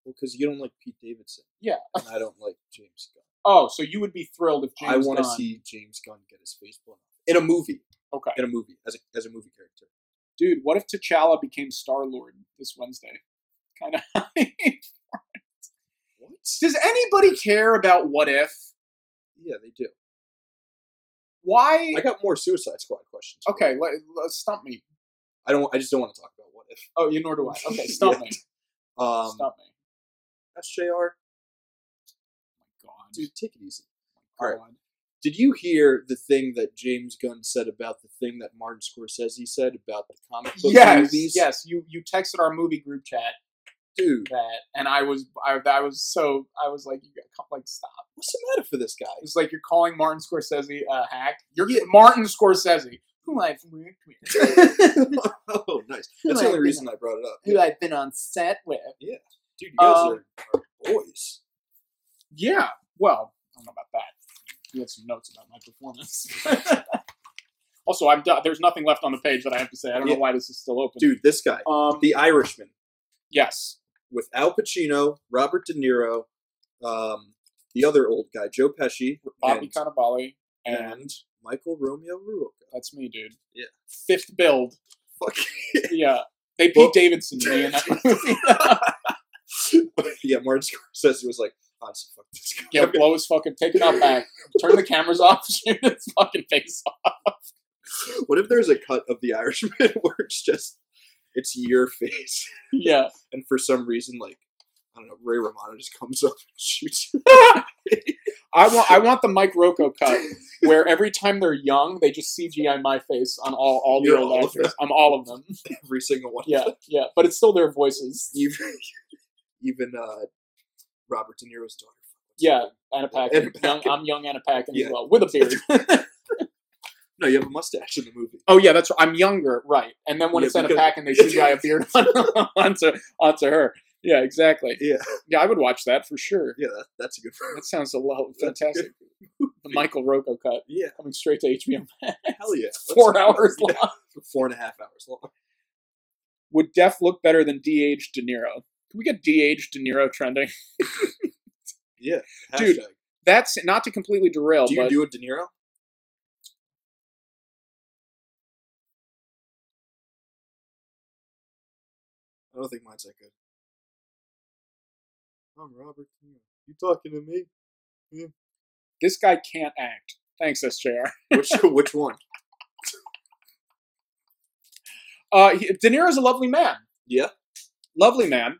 [SPEAKER 1] Well, because you don't like Pete Davidson.
[SPEAKER 2] Yeah.
[SPEAKER 1] and I don't like James Gunn.
[SPEAKER 2] Oh, so you would be thrilled if James
[SPEAKER 1] I want to
[SPEAKER 2] Gunn-
[SPEAKER 1] see James Gunn get his face blown off in a movie.
[SPEAKER 2] Okay,
[SPEAKER 1] In a movie, as a as a movie character.
[SPEAKER 2] dude. What if T'Challa became Star Lord this Wednesday? Kind of.
[SPEAKER 1] What?
[SPEAKER 2] Does anybody care about what if?
[SPEAKER 1] Yeah, they do.
[SPEAKER 2] Why?
[SPEAKER 1] I got more Suicide Squad questions. for
[SPEAKER 2] Okay,
[SPEAKER 1] you.
[SPEAKER 2] let, let, stump me.
[SPEAKER 1] I don't. I just don't want to talk about what if.
[SPEAKER 2] Oh, you nor do I. Okay, stump
[SPEAKER 1] Yeah.
[SPEAKER 2] me.
[SPEAKER 1] Um,
[SPEAKER 2] Stop me.
[SPEAKER 1] SJR,
[SPEAKER 2] Oh my God. Oh
[SPEAKER 1] dude, take it easy.
[SPEAKER 2] Go
[SPEAKER 1] alright.
[SPEAKER 2] on.
[SPEAKER 1] Did you hear the thing that James Gunn said about the thing that Martin Scorsese said about the comic book
[SPEAKER 2] Yes,
[SPEAKER 1] movies?
[SPEAKER 2] yes. You you texted our movie group chat
[SPEAKER 1] dude,
[SPEAKER 2] that, and I was I, I was so I was like you got come like stop.
[SPEAKER 1] what's the matter for this guy?
[SPEAKER 2] It's like you're calling Martin Scorsese a hack. You're
[SPEAKER 1] Yeah.
[SPEAKER 2] Martin Scorsese, who I've worked with,
[SPEAKER 1] oh, nice.
[SPEAKER 2] Who
[SPEAKER 1] That's
[SPEAKER 2] I
[SPEAKER 1] the only
[SPEAKER 2] think
[SPEAKER 1] reason I brought it up.
[SPEAKER 2] who
[SPEAKER 1] Yeah.
[SPEAKER 2] I've been on set with.
[SPEAKER 1] Dude, you guys
[SPEAKER 2] Um,
[SPEAKER 1] are, are boys.
[SPEAKER 2] Yeah. Well, I don't know about that. You had some notes about my performance. also, I'm done. There's nothing left on the page that I have to say. I don't
[SPEAKER 1] Yeah.
[SPEAKER 2] know why this is still open.
[SPEAKER 1] Dude, this guy,
[SPEAKER 2] um,
[SPEAKER 1] The Irishman,
[SPEAKER 2] yes.
[SPEAKER 1] with Al Pacino, Robert De Niro, um, the other old guy, Joe Pesci,
[SPEAKER 2] Bobby
[SPEAKER 1] and,
[SPEAKER 2] Cannavale, and,
[SPEAKER 1] and Michael Romeo Ruoco.
[SPEAKER 2] that's me, dude.
[SPEAKER 1] Yeah.
[SPEAKER 2] Fifth build.
[SPEAKER 1] Fuck
[SPEAKER 2] Yeah. They Pete
[SPEAKER 1] Well-
[SPEAKER 2] Davidson me in that movie.
[SPEAKER 1] yeah, Martin Scorsese was like, honestly, fuck this guy.
[SPEAKER 2] yeah, blow his fucking take it out back. Turn the cameras off, shoot his fucking face off.
[SPEAKER 1] What if there's a cut of The Irishman where it's just it's your face,
[SPEAKER 2] Yeah.
[SPEAKER 1] and for some reason, like I don't know, Ray Romano just comes up and shoots. you.
[SPEAKER 2] I want I want the Mike Rocco cut where every time they're young, they just CGI my face on all all the
[SPEAKER 1] You're
[SPEAKER 2] old
[SPEAKER 1] all of
[SPEAKER 2] actors. I'm all of them.
[SPEAKER 1] Every single one. of
[SPEAKER 2] Yeah,
[SPEAKER 1] them.
[SPEAKER 2] yeah. But it's still their voices.
[SPEAKER 1] Even even uh, Robert De Niro's daughter.
[SPEAKER 2] Yeah, Anna Paquin.
[SPEAKER 1] Anna
[SPEAKER 2] Young,
[SPEAKER 1] Paquin.
[SPEAKER 2] I'm young Anna Paquin
[SPEAKER 1] Yeah.
[SPEAKER 2] as well, with a beard.
[SPEAKER 1] No, you have a mustache in the movie.
[SPEAKER 2] Oh yeah, that's right. I'm younger, right? And then when
[SPEAKER 1] Yeah,
[SPEAKER 2] it's in a
[SPEAKER 1] because-
[SPEAKER 2] pack and they see guy a beard on onto onto her, Yeah, exactly.
[SPEAKER 1] Yeah,
[SPEAKER 2] Yeah, I would watch that for sure.
[SPEAKER 1] yeah, that, that's a good one.
[SPEAKER 2] That sounds a lot
[SPEAKER 1] That's good.
[SPEAKER 2] fantastic. The Michael Rocco cut
[SPEAKER 1] Yeah,
[SPEAKER 2] coming straight to HBO. Max.
[SPEAKER 1] hell yeah.
[SPEAKER 2] Four
[SPEAKER 1] Let's-
[SPEAKER 2] hours
[SPEAKER 1] yeah,
[SPEAKER 2] long.
[SPEAKER 1] Four and a half hours long.
[SPEAKER 2] Would Def look better than DH De Niro? Can we get DH De Niro trending?
[SPEAKER 1] Yeah,
[SPEAKER 2] Dude,
[SPEAKER 1] hashtag.
[SPEAKER 2] That's not to completely derail,
[SPEAKER 1] do you
[SPEAKER 2] but
[SPEAKER 1] do a De Niro? I don't think mine's that good. I'm Robert. De Niro. You talking to me?
[SPEAKER 2] this guy can't act. Thanks, SJR.
[SPEAKER 1] Which which one?
[SPEAKER 2] Uh, he- De Niro's a lovely man.
[SPEAKER 1] Yeah.
[SPEAKER 2] Lovely man.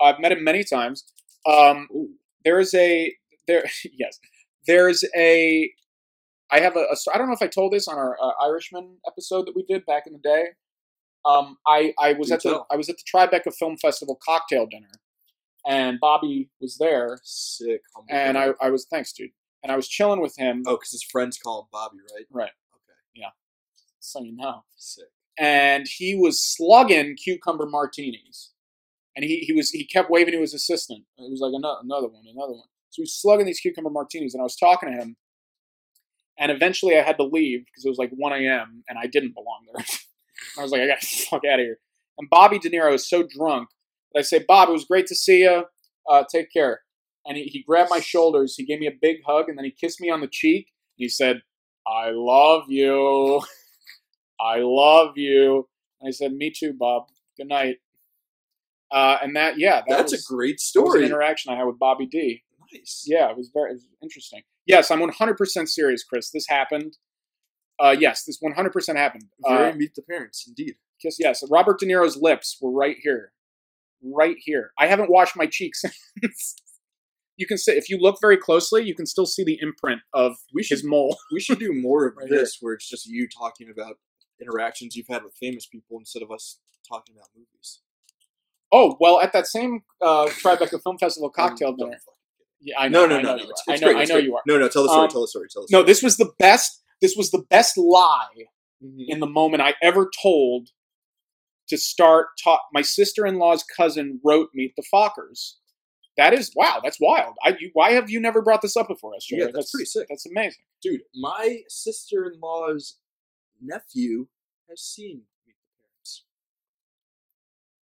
[SPEAKER 2] I've met him many times. Um,
[SPEAKER 1] Ooh.
[SPEAKER 2] there is a there. Yes, there's a. I have a, a. sto- I don't know if I told this on our uh, Irishman episode that we did back in the day. Um, I I was
[SPEAKER 1] Do
[SPEAKER 2] at the
[SPEAKER 1] tell.
[SPEAKER 2] I was at the Tribeca Film Festival cocktail dinner, and Bobby was there,
[SPEAKER 1] Sick. humble
[SPEAKER 2] and I
[SPEAKER 1] brag.
[SPEAKER 2] I was thanks dude, and I was chilling with him.
[SPEAKER 1] oh, because his friends call him Bobby, right?
[SPEAKER 2] Right.
[SPEAKER 1] Okay.
[SPEAKER 2] So you know.
[SPEAKER 1] Sick.
[SPEAKER 2] and he was slugging cucumber martinis. And he, he was he kept waving to his assistant. And It was like another another one, another one. So he was slugging these cucumber martinis, and I was talking to him. And eventually, I had to leave because it was like 1 a.m. and I didn't belong there. I was like, I gotta fuck out of here. And Bobby De Niro is so drunk that I say, Bob, it was great to see you. Uh, take care. And he, he grabbed my shoulders. He gave me a big hug, and then he kissed me on the cheek. And he said, "I love you." I love you. And I said, Me too, Bob. Good night. Uh, and that, yeah, that
[SPEAKER 1] That's
[SPEAKER 2] was,
[SPEAKER 1] a great
[SPEAKER 2] that was an
[SPEAKER 1] story.
[SPEAKER 2] interaction I had with Bobby D.
[SPEAKER 1] nice.
[SPEAKER 2] Yeah, it was very it was interesting. Yes, I'm 100% serious, Chris. This happened. Uh, yes, this 100% happened.
[SPEAKER 1] Very
[SPEAKER 2] Uh,
[SPEAKER 1] meet the parents, indeed.
[SPEAKER 2] kiss, yes, Robert De Niro's lips were right here. Right here. I haven't washed my cheeks since. You can see, if you look very closely, you can still see the imprint of
[SPEAKER 1] We
[SPEAKER 2] his
[SPEAKER 1] should
[SPEAKER 2] mole.
[SPEAKER 1] we should do more of
[SPEAKER 2] Right here.
[SPEAKER 1] this, where it's just you talking about interactions you've had with famous people instead of us talking about movies.
[SPEAKER 2] Oh, well, at that same uh, Tribeca Film Festival
[SPEAKER 1] Um,
[SPEAKER 2] cocktail
[SPEAKER 1] don't
[SPEAKER 2] dinner.
[SPEAKER 1] fuck.
[SPEAKER 2] Yeah, I know.
[SPEAKER 1] No, no,
[SPEAKER 2] I
[SPEAKER 1] no,
[SPEAKER 2] know
[SPEAKER 1] no.
[SPEAKER 2] you
[SPEAKER 1] It's,
[SPEAKER 2] are.
[SPEAKER 1] it's
[SPEAKER 2] I know.
[SPEAKER 1] great,
[SPEAKER 2] I
[SPEAKER 1] it's
[SPEAKER 2] know
[SPEAKER 1] great.
[SPEAKER 2] you are.
[SPEAKER 1] No, no. Tell the story.
[SPEAKER 2] Um,
[SPEAKER 1] tell the story. Tell the story.
[SPEAKER 2] No, this was the best. This was the best lie
[SPEAKER 1] Mhm.
[SPEAKER 2] in the moment I ever told. To start, ta- my sister-in-law's cousin wrote "Meet the Fockers." That is wow. That's wild. I, you, why have you never brought this up before, us?
[SPEAKER 1] Yeah, that's pretty sick.
[SPEAKER 2] That's amazing.
[SPEAKER 1] dude, my sister-in-law's nephew has seen Meet the Parents.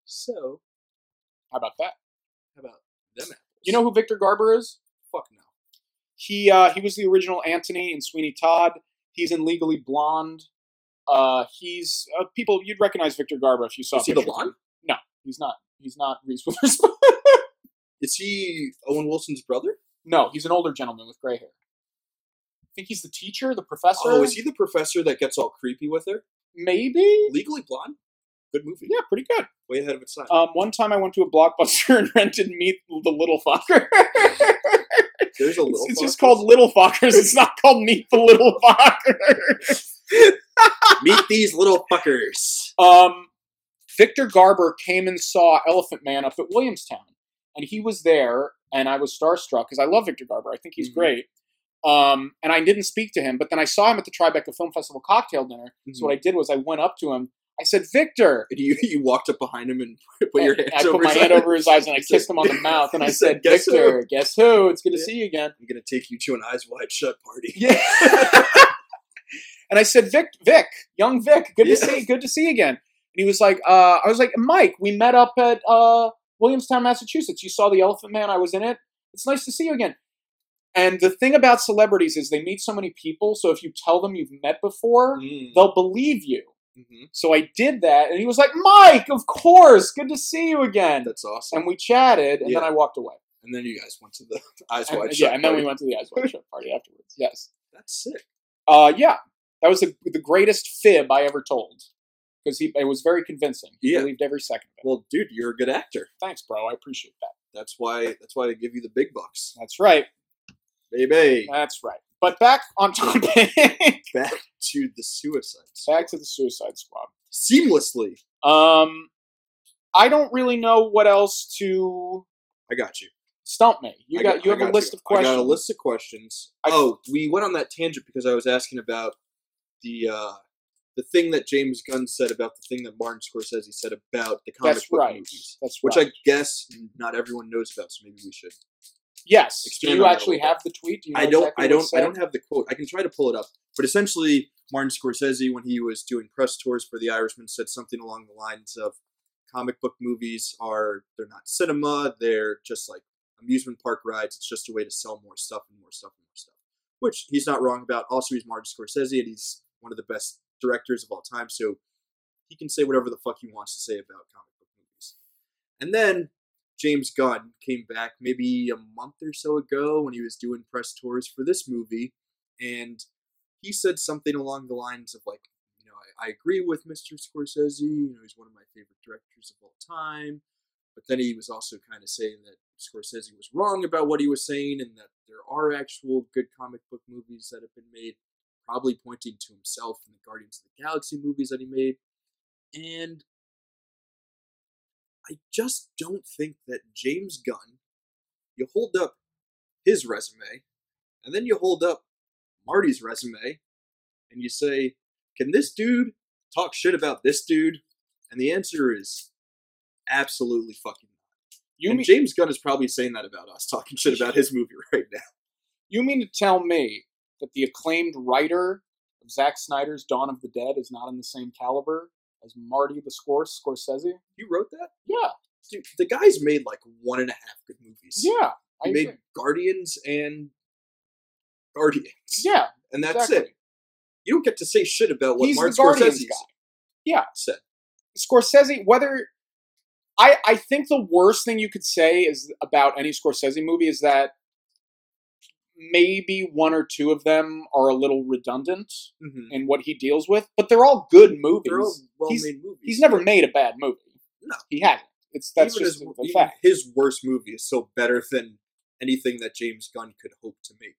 [SPEAKER 1] So
[SPEAKER 2] How about that?
[SPEAKER 1] how about them apples?
[SPEAKER 2] You know who Victor Garber is?
[SPEAKER 1] fuck no.
[SPEAKER 2] He uh, he was the original Anthony in Sweeney Todd. He's in Legally Blonde. Uh, he's uh, people you'd recognize Victor Garber if you saw.
[SPEAKER 1] Is he
[SPEAKER 2] pictures
[SPEAKER 1] the
[SPEAKER 2] of him.
[SPEAKER 1] blonde?
[SPEAKER 2] He's not. He's not Reese Witherspoon.
[SPEAKER 1] Is he Owen Wilson's brother?
[SPEAKER 2] No, he's an older gentleman with gray hair. I think he's the teacher, the professor.
[SPEAKER 1] Oh, is he the professor that gets all creepy with her?
[SPEAKER 2] Maybe.
[SPEAKER 1] Legally Blonde, good movie.
[SPEAKER 2] Yeah, pretty good.
[SPEAKER 1] Way ahead of its time.
[SPEAKER 2] Um, one time I went to a blockbuster and rented Meet the Little Focker.
[SPEAKER 1] There's a
[SPEAKER 2] it's
[SPEAKER 1] little.
[SPEAKER 2] it's just called Little Fockers. It's not called Meet the Little Fockers.
[SPEAKER 1] Meet these little fuckers.
[SPEAKER 2] Um, Victor Garber came and saw Elephant Man up at Williamstown, and he was there, and I was starstruck because I love Victor Garber. I think he's
[SPEAKER 1] Mhm.
[SPEAKER 2] great. Um, and I didn't speak to him, but then I saw him at the Tribeca Film Festival cocktail dinner.
[SPEAKER 1] Mm-hmm.
[SPEAKER 2] So what I did was I went up to him. I said, "Victor."
[SPEAKER 1] And you, you walked up behind him and put your hands
[SPEAKER 2] And I put
[SPEAKER 1] over
[SPEAKER 2] my
[SPEAKER 1] his
[SPEAKER 2] hand
[SPEAKER 1] eyes.
[SPEAKER 2] over his eyes and I
[SPEAKER 1] You said-
[SPEAKER 2] kissed him on the mouth and I
[SPEAKER 1] you said,
[SPEAKER 2] said,
[SPEAKER 1] "Guess who?"
[SPEAKER 2] "Victor, guess who? It's good to
[SPEAKER 1] Yeah.
[SPEAKER 2] see you again."
[SPEAKER 1] I'm gonna take you to an eyes wide shut party.
[SPEAKER 2] Yeah. and I said, Vic, Vic, young Vic, good to
[SPEAKER 1] Yeah.
[SPEAKER 2] see, good to see you again. And he was like, uh, I was like, Mike, we met up at uh, Williamstown, Massachusetts. You saw the Elephant Man. I was in it. It's nice to see you again. And the thing about celebrities is they meet so many people. So if you tell them you've met before,
[SPEAKER 1] Mm-hmm.
[SPEAKER 2] they'll believe you.
[SPEAKER 1] Mhm.
[SPEAKER 2] So I did that, and he was like, Mike, of course, good to see you again.
[SPEAKER 1] That's awesome.
[SPEAKER 2] And we chatted, and then
[SPEAKER 1] Yeah.
[SPEAKER 2] I walked away.
[SPEAKER 1] And then you guys went to the eyes
[SPEAKER 2] And-
[SPEAKER 1] wide shut.
[SPEAKER 2] yeah, and then we
[SPEAKER 1] party.
[SPEAKER 2] went to the Eyes Wide Shut party afterwards. Yes.
[SPEAKER 1] That's sick.
[SPEAKER 2] Uh, yeah, that was the, the greatest fib I ever told because he it was very convincing. He
[SPEAKER 1] Yeah.
[SPEAKER 2] believed every second of it.
[SPEAKER 1] Well, dude, you're a good actor.
[SPEAKER 2] Thanks, bro. I appreciate that.
[SPEAKER 1] That's why. That's why they give you the big bucks,
[SPEAKER 2] That's right.
[SPEAKER 1] baby.
[SPEAKER 2] That's right. But back on topic,
[SPEAKER 1] Back to the suicide. Squad.
[SPEAKER 2] back to the Suicide Squad.
[SPEAKER 1] seamlessly.
[SPEAKER 2] Um, I don't really know what else to
[SPEAKER 1] I got you.
[SPEAKER 2] stump me. You
[SPEAKER 1] I
[SPEAKER 2] got, you
[SPEAKER 1] I
[SPEAKER 2] have a list
[SPEAKER 1] you.
[SPEAKER 2] of questions.
[SPEAKER 1] I got a list of questions.
[SPEAKER 2] I-
[SPEAKER 1] oh, we went on that tangent because I was asking about the uh, the thing that James Gunn said about the thing that Martin Scorsese said about the comic
[SPEAKER 2] That's
[SPEAKER 1] book
[SPEAKER 2] right.
[SPEAKER 1] movies,
[SPEAKER 2] That's
[SPEAKER 1] which
[SPEAKER 2] right.
[SPEAKER 1] I guess not everyone knows about. So maybe we should.
[SPEAKER 2] yes. Do
[SPEAKER 1] expand on
[SPEAKER 2] you
[SPEAKER 1] that a
[SPEAKER 2] actually
[SPEAKER 1] little
[SPEAKER 2] have the tweet? Do you know
[SPEAKER 1] I don't.
[SPEAKER 2] exactly
[SPEAKER 1] I
[SPEAKER 2] what
[SPEAKER 1] don't.
[SPEAKER 2] it
[SPEAKER 1] I
[SPEAKER 2] said?
[SPEAKER 1] don't have the quote. I can try to pull it up. But essentially, Martin Scorsese, when he was doing press tours for The Irishman, said something along the lines of, "Comic book movies are they're not cinema. They're just like amusement park rides. It's just a way to sell more stuff and more stuff and more stuff." Which he's not wrong about. Also, he's Martin Scorsese, and he's one of the best directors of all time. So he can say whatever the fuck he wants to say about comic book movies. And then James Gunn came back maybe a month or so ago when he was doing press tours for this movie, and he said something along the lines of like, you know, I, I agree with Mr. Scorsese. You know, he's one of my favorite directors of all time. But then he was also kind of saying that Scorsese was wrong about what he was saying, and that there are actual good comic book movies that have been made, probably pointing to himself and the Guardians of the Galaxy movies that he made. And I just don't think that James Gunn, you hold up his resume, and then you hold up Marty's resume, and you say, can this dude talk shit about this dude? And the answer is absolutely fucking not.
[SPEAKER 2] You
[SPEAKER 1] and
[SPEAKER 2] mean
[SPEAKER 1] James Gunn is probably saying that about us, talking shit about his movie right now.
[SPEAKER 2] you mean to tell me that the acclaimed writer of Zack Snyder's Dawn of the Dead is not in the same caliber as Marty the Scorse Scorsese?
[SPEAKER 1] You wrote that?
[SPEAKER 2] Yeah.
[SPEAKER 1] Dude, the guy's made like one and a half good movies.
[SPEAKER 2] Yeah.
[SPEAKER 1] He
[SPEAKER 2] I
[SPEAKER 1] made
[SPEAKER 2] agree.
[SPEAKER 1] Guardians and Guardians.
[SPEAKER 2] Yeah.
[SPEAKER 1] And that's
[SPEAKER 2] exactly.
[SPEAKER 1] it. you don't get to say shit about what
[SPEAKER 2] He's
[SPEAKER 1] Martin
[SPEAKER 2] the Guardians
[SPEAKER 1] Scorsese
[SPEAKER 2] guy.
[SPEAKER 1] said.
[SPEAKER 2] Scorsese, whether I I think the worst thing you could say is about any Scorsese movie is that maybe one or two of them are a little redundant
[SPEAKER 1] Mm-hmm.
[SPEAKER 2] in what he deals with, but they're all good movies.
[SPEAKER 1] They're all well-made movies.
[SPEAKER 2] He's never made a bad movie.
[SPEAKER 1] No.
[SPEAKER 2] He hasn't. It's that's
[SPEAKER 1] even
[SPEAKER 2] just
[SPEAKER 1] his,
[SPEAKER 2] the
[SPEAKER 1] even
[SPEAKER 2] fact.
[SPEAKER 1] his worst movie is still better than anything that James Gunn could hope to make.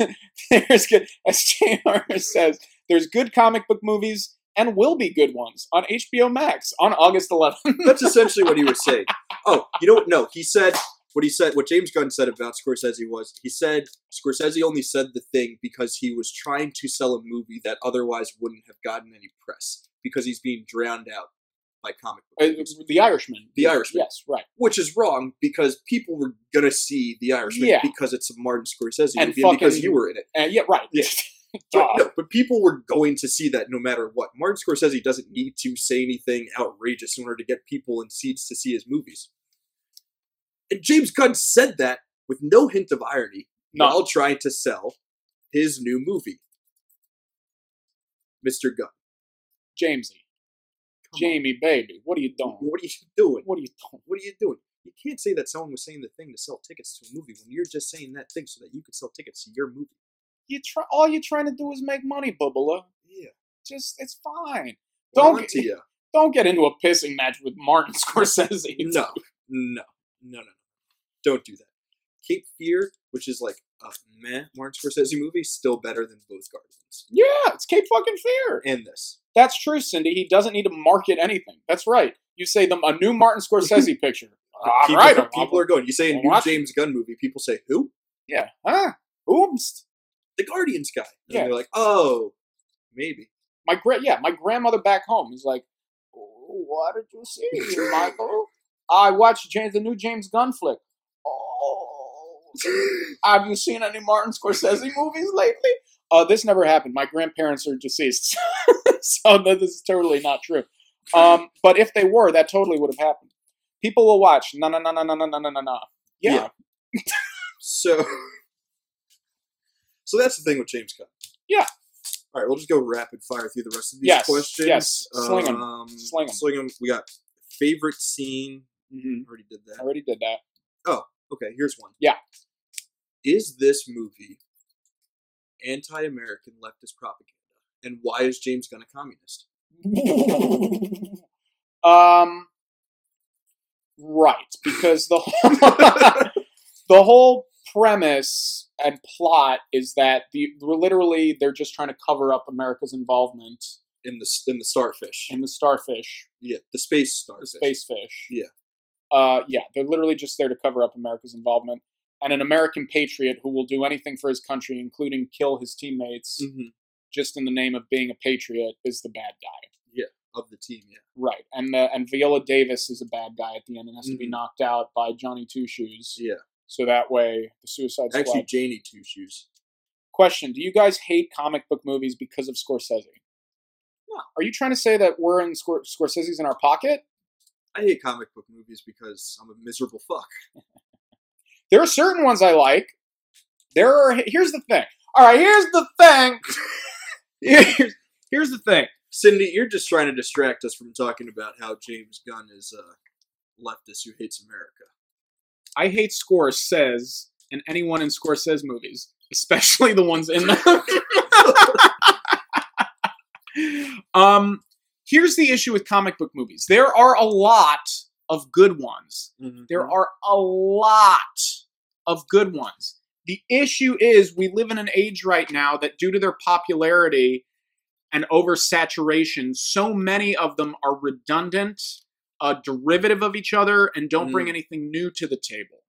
[SPEAKER 2] There's good as J.R. says, there's good comic book movies and will be good ones on HBO Max on August 11th.
[SPEAKER 1] That's essentially what he was saying. Oh, you know what? No, he said what he said. What James Gunn said about Scorsese was he said Scorsese only said the thing because he was trying to sell a movie that otherwise wouldn't have gotten any press because he's being drowned out by comic book
[SPEAKER 2] Uh,
[SPEAKER 1] movies,
[SPEAKER 2] the Irishman.
[SPEAKER 1] The Irishman.
[SPEAKER 2] Yes, right.
[SPEAKER 1] which is wrong because people were gonna see The Irishman
[SPEAKER 2] Yeah.
[SPEAKER 1] because it's a Martin Scorsese
[SPEAKER 2] And
[SPEAKER 1] movie and because
[SPEAKER 2] fucking-
[SPEAKER 1] you were in it.
[SPEAKER 2] Uh, yeah, right. Ah,
[SPEAKER 1] Yeah. But,
[SPEAKER 2] Duh.
[SPEAKER 1] no, but people were going to see that no matter what. Martin Scorsese doesn't need to say anything outrageous in order to get people in seats to see his movies. And James Gunn said that with no hint of irony
[SPEAKER 2] No.
[SPEAKER 1] while trying to sell his new movie. Mr. Gunn.
[SPEAKER 2] Jamesy.
[SPEAKER 1] on.
[SPEAKER 2] Jamie, baby, what are you doing?
[SPEAKER 1] What are you doing?
[SPEAKER 2] What are you doing?
[SPEAKER 1] What are you doing? You can't say that someone was saying the thing to sell tickets to a movie when you're just saying that thing so that you could sell tickets to your movie.
[SPEAKER 2] You try. All you're trying to do is make money, Bubba.
[SPEAKER 1] Yeah.
[SPEAKER 2] Just it's fine.
[SPEAKER 1] Don't
[SPEAKER 2] Don't
[SPEAKER 1] get to
[SPEAKER 2] get-
[SPEAKER 1] you.
[SPEAKER 2] Don't get into a pissing match with Martin Scorsese.
[SPEAKER 1] no, no, no, no, no. Don't do that. Cape Fear, which is like a meh Martin Scorsese movie, still better than both Guardians.
[SPEAKER 2] Yeah, it's Cape fucking Fear.
[SPEAKER 1] And this.
[SPEAKER 2] That's true, Cindy. He doesn't need to market anything. That's right. You say them a new Martin Scorsese picture. All
[SPEAKER 1] people,
[SPEAKER 2] right, I'm-
[SPEAKER 1] people are going. You say a
[SPEAKER 2] I'll
[SPEAKER 1] new
[SPEAKER 2] watch it.
[SPEAKER 1] James Gunn movie, people say, who?
[SPEAKER 2] Yeah. Huh? Oops.
[SPEAKER 1] The Guardians guy. And
[SPEAKER 2] Yeah.
[SPEAKER 1] they're like, oh, maybe.
[SPEAKER 2] My gra- yeah, my grandmother back home is like, "Oh, "What did you see, Michael?" I watched James, the new James Gunn flick. Oh, have you seen any Martin Scorsese movies lately? Uh, this never happened. My grandparents are deceased, so no, this is totally not true. Um, but if they were, that totally would have happened. People will watch. No, no, no, no, no, no, no, no, no, no. Yeah,
[SPEAKER 1] Yeah. So, so that's the thing with James Gunn.
[SPEAKER 2] Yeah.
[SPEAKER 1] All right, we'll just go rapid fire through the rest of these
[SPEAKER 2] Yes,
[SPEAKER 1] questions.
[SPEAKER 2] yes. Sling 'em.
[SPEAKER 1] Um,
[SPEAKER 2] Sling 'em.
[SPEAKER 1] Sling 'em. We got favorite scene.
[SPEAKER 2] Mhm.
[SPEAKER 1] Already did that.
[SPEAKER 2] I already did that.
[SPEAKER 1] Okay, here's one.
[SPEAKER 2] Yeah.
[SPEAKER 1] Is this movie anti-American leftist propaganda? And why is James Gunn a communist?
[SPEAKER 2] um, right, because the whole, the whole premise and plot is that the literally they're just trying to cover up America's involvement
[SPEAKER 1] In the in the starfish.
[SPEAKER 2] in the starfish,
[SPEAKER 1] Yeah, the space
[SPEAKER 2] the
[SPEAKER 1] starfish.
[SPEAKER 2] space fish.
[SPEAKER 1] Yeah.
[SPEAKER 2] Uh, yeah, they're literally just there to cover up America's involvement. And an American patriot who will do anything for his country, including kill his teammates,
[SPEAKER 1] Mhm.
[SPEAKER 2] just in the name of being a patriot is the bad guy,
[SPEAKER 1] of the team. Yeah,
[SPEAKER 2] right? And the and Viola Davis is a bad guy at the end and has to be
[SPEAKER 1] Mhm.
[SPEAKER 2] knocked out by Johnny Two Shoes.
[SPEAKER 1] yeah.
[SPEAKER 2] So that way, the Suicide Squad.
[SPEAKER 1] Actually, Janie Two Shoes.
[SPEAKER 2] Question: Do you guys hate comic book movies because of Scorsese? No. Are you trying to say that we're in Scor- Scorsese's in our pocket?
[SPEAKER 1] I hate comic book movies because I'm a miserable fuck.
[SPEAKER 2] There are certain ones I like. There are. Here's the thing. All right. Here's the thing. here's, here's the thing.
[SPEAKER 1] Cindy, you're just trying to distract us from talking about how James Gunn is a leftist who hates America.
[SPEAKER 2] I hate Scorsese and anyone in Scorsese movies, especially the ones in them. um, here's the issue with comic book movies. There are a lot of good ones. There are a lot of good ones. The issue is we live in an age right now that, due to their popularity and oversaturation, so many of them are redundant, uh, derivative of each other, and don't bring
[SPEAKER 1] Mm.
[SPEAKER 2] anything new to the table.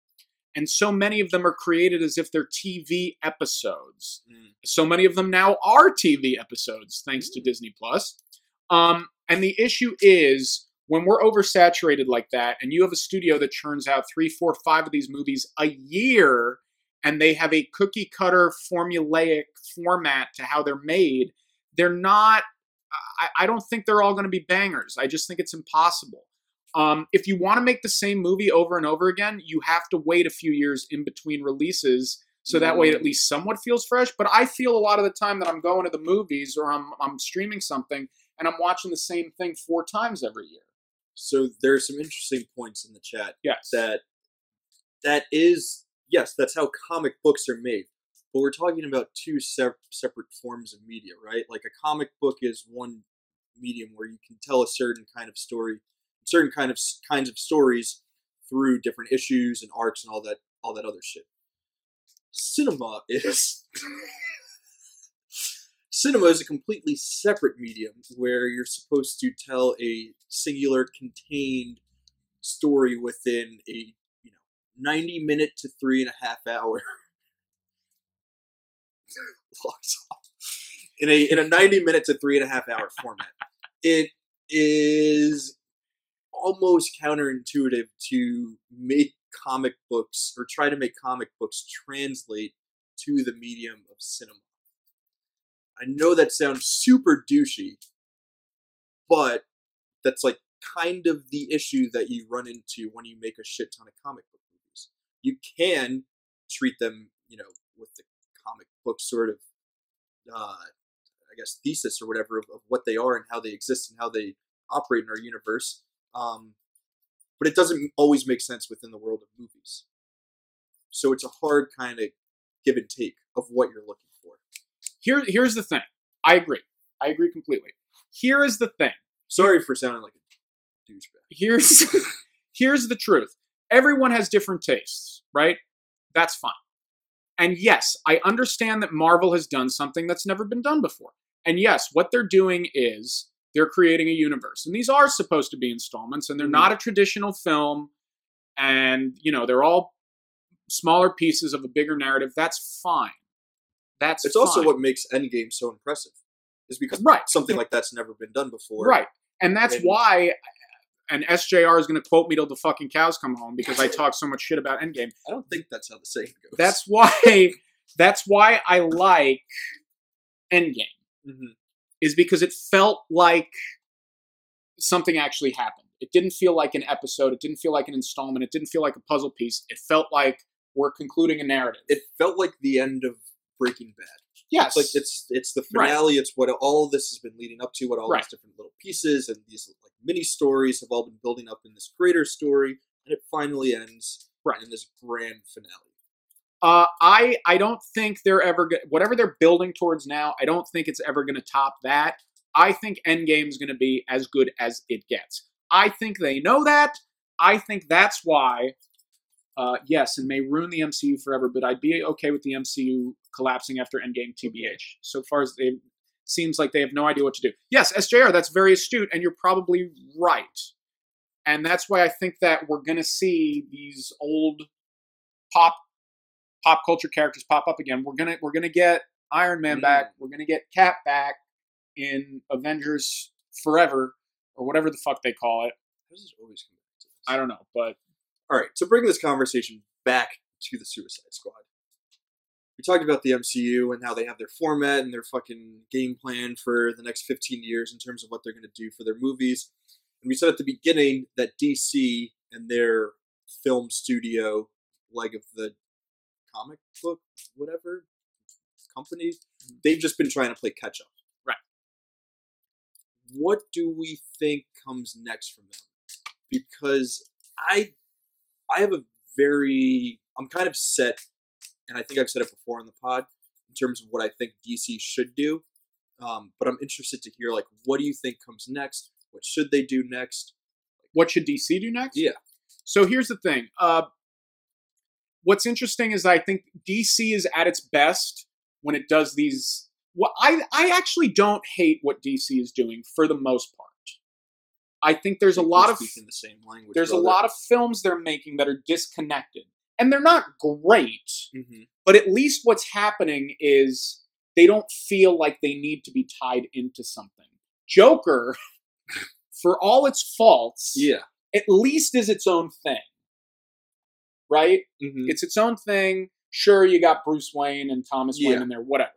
[SPEAKER 2] And so many of them are created as if they're TV episodes
[SPEAKER 1] Mm.
[SPEAKER 2] so many of them now are TV episodes thanks to Disney Plus. Um, and the issue is when we're oversaturated like that, and you have a studio that churns out three, four, five of these movies a year, and they have a cookie cutter formulaic format to how they're made, they're not. I, I don't think they're all going to be bangers. I just think it's impossible. Um, if you want to make the same movie over and over again, you have to wait a few years in between releases so that way it at least somewhat feels fresh. But I feel a lot of the time that I'm going to the movies or I'm I'm streaming something and I'm watching the same thing four times every year.
[SPEAKER 1] So there are some interesting points in the chat
[SPEAKER 2] Yes.
[SPEAKER 1] that that is yes, that's how comic books are made. But we're talking about two sep- separate forms of media, right? Like a comic book is one medium where you can tell a certain kind of story, certain kind of s- kinds of stories through different issues and arcs and all that all that other shit. Cinema is cinema is a completely separate medium where you're supposed to tell a singular contained story within a you know 90 minute to three and a half hour long song. in a in a 90 minute to three and a half hour format it is almost counterintuitive to make comic books or try to make comic books translate to the medium of cinema i know that sounds super douchey but that's like kind of the issue that you run into when you make a shit ton of comic book movies. You can treat them, you know, with the comic book sort of, uh, I guess, thesis or whatever of, of what they are and how they exist and how they operate in our universe. Um, but it doesn't always make sense within the world of movies. So it's a hard kind of give and take of what you're looking for.
[SPEAKER 2] Here here's the thing. I agree. I agree completely. Here is the thing.
[SPEAKER 1] Sorry for sounding like a douchebag.
[SPEAKER 2] Here's here's the truth. Everyone has different tastes, right? That's fine. And yes, I understand that Marvel has done something that's never been done before. And yes, what they're doing is they're creating a universe. And these are supposed to be installments, and they're not a traditional film. And, you know, they're all smaller pieces of a bigger narrative. That's fine. That's
[SPEAKER 1] It's also
[SPEAKER 2] fine.
[SPEAKER 1] what makes Endgame so impressive, is because
[SPEAKER 2] Right.
[SPEAKER 1] something like that's never been done before.
[SPEAKER 2] Right. And that's
[SPEAKER 1] Maybe.
[SPEAKER 2] why and SJR is going to quote me till the fucking cows come home because I talk so much shit about Endgame.
[SPEAKER 1] I don't think that's how the saying goes.
[SPEAKER 2] That's why that's why I like Endgame
[SPEAKER 1] Mhm.
[SPEAKER 2] is because it felt like something actually happened. It didn't feel like an episode, it didn't feel like an installment, it didn't feel like a puzzle piece. It felt like we're concluding a narrative.
[SPEAKER 1] it felt like the end of Breaking Bad. It's
[SPEAKER 2] yes.
[SPEAKER 1] like it's it's the
[SPEAKER 2] Right.
[SPEAKER 1] finale. It's what all this has been leading up to. What all
[SPEAKER 2] Right.
[SPEAKER 1] these different little pieces and these like mini stories have all been building up in this greater story, and it finally ends
[SPEAKER 2] Right.
[SPEAKER 1] in this grand finale.
[SPEAKER 2] Uh, I I don't think they're ever go- whatever they're building towards now. I don't think it's ever going to top that. I think Endgame is going to be as good as it gets. I think they know that. I think that's why. Uh, yes, and may ruin the MCU forever, but I'd be okay with the MCU collapsing after Endgame, tbh. So far as they seems like they have no idea what to do. Yes, SJR, that's very astute, and you're probably right. And that's why I think that we're going to see these old pop pop culture characters pop up again. We're gonna we're gonna get Iron Man
[SPEAKER 1] Mm.
[SPEAKER 2] back. We're gonna get Cap back in Avengers Forever or whatever the fuck they call it.
[SPEAKER 1] How does this always come back to this?
[SPEAKER 2] I don't know, but
[SPEAKER 1] All right, to bring this conversation back to the Suicide Squad, we talked about the MCU and how they have their format and their fucking game plan for the next 15 years in terms of what they're going to do for their movies. And we said at the beginning that DC and their film studio leg of the comic book, whatever company, they've just been trying to play catch up.
[SPEAKER 2] Right.
[SPEAKER 1] What do we think comes next from them? Because I I have a very I'm kind of set, and I think I've said it before on the pod in terms of what I think DC should do. Um, but I'm interested to hear like what do you think comes next? What should they do next?
[SPEAKER 2] what should DC do next?
[SPEAKER 1] Yeah.
[SPEAKER 2] So here's the thing. Uh, what's interesting is I think DC is at its best when it does these. Well, I I actually don't hate what DC is doing for the most part. I think there's a
[SPEAKER 1] Like,
[SPEAKER 2] lot
[SPEAKER 1] we're
[SPEAKER 2] of
[SPEAKER 1] speaking the same language.
[SPEAKER 2] there's a lot of films they're making that are disconnected, and they're not great.
[SPEAKER 1] hmm
[SPEAKER 2] But at least what's happening is they don't feel like they need to be tied into something. Joker, for all its faults,
[SPEAKER 1] Yeah.
[SPEAKER 2] at least is its own thing. Right?
[SPEAKER 1] hmm
[SPEAKER 2] It's its own thing. Sure, you got Bruce Wayne and Thomas Wayne
[SPEAKER 1] Yeah.
[SPEAKER 2] in there, whatever.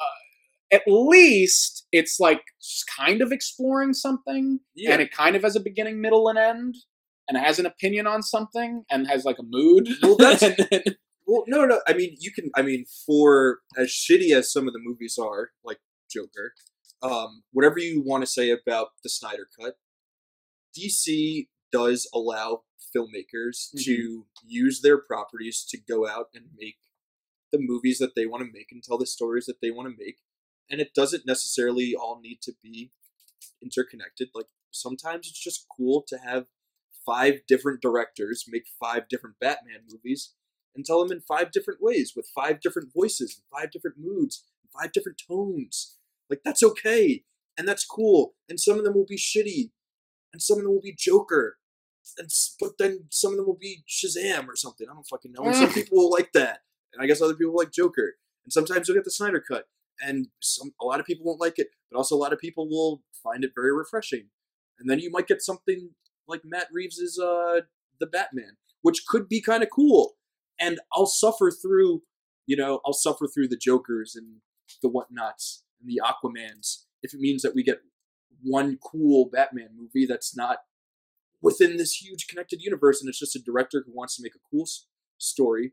[SPEAKER 2] Uh, at least it's like s- kind of exploring something,
[SPEAKER 1] Yeah.
[SPEAKER 2] and it kind of has a beginning, middle, and end, and has an opinion on something, and has like a mood.
[SPEAKER 1] Well, that's-
[SPEAKER 2] And then-
[SPEAKER 1] well, no, no. I mean, you can. I mean, for as shitty as some of the movies are, like Joker, um, whatever you want to say about the Snyder Cut, DC does allow filmmakers
[SPEAKER 2] Mhm.
[SPEAKER 1] to use their properties to go out and make the movies that they want to make and tell the stories that they want to make, and it doesn't necessarily all need to be interconnected. Like sometimes it's just cool to have five different directors make five different Batman movies and tell them in five different ways with five different voices and five different moods and five different tones. Like that's okay and that's cool. And some of them will be shitty and some of them will be Joker. And s- but then some of them will be Shazam or something. I don't fucking know. And some people will like that. And I guess other people like Joker. And sometimes you'll get the Snyder cut and some a lot of people won't like it, but also a lot of people will find it very refreshing. And then you might get something like Matt Reeves's uh the Batman, which could be kind of cool and I'll suffer through, you know, I'll suffer through the Jokers and the whatnots and the Aquamans if it means that we get one cool Batman movie that's not within this huge connected universe and it's just a director who wants to make a cool s- story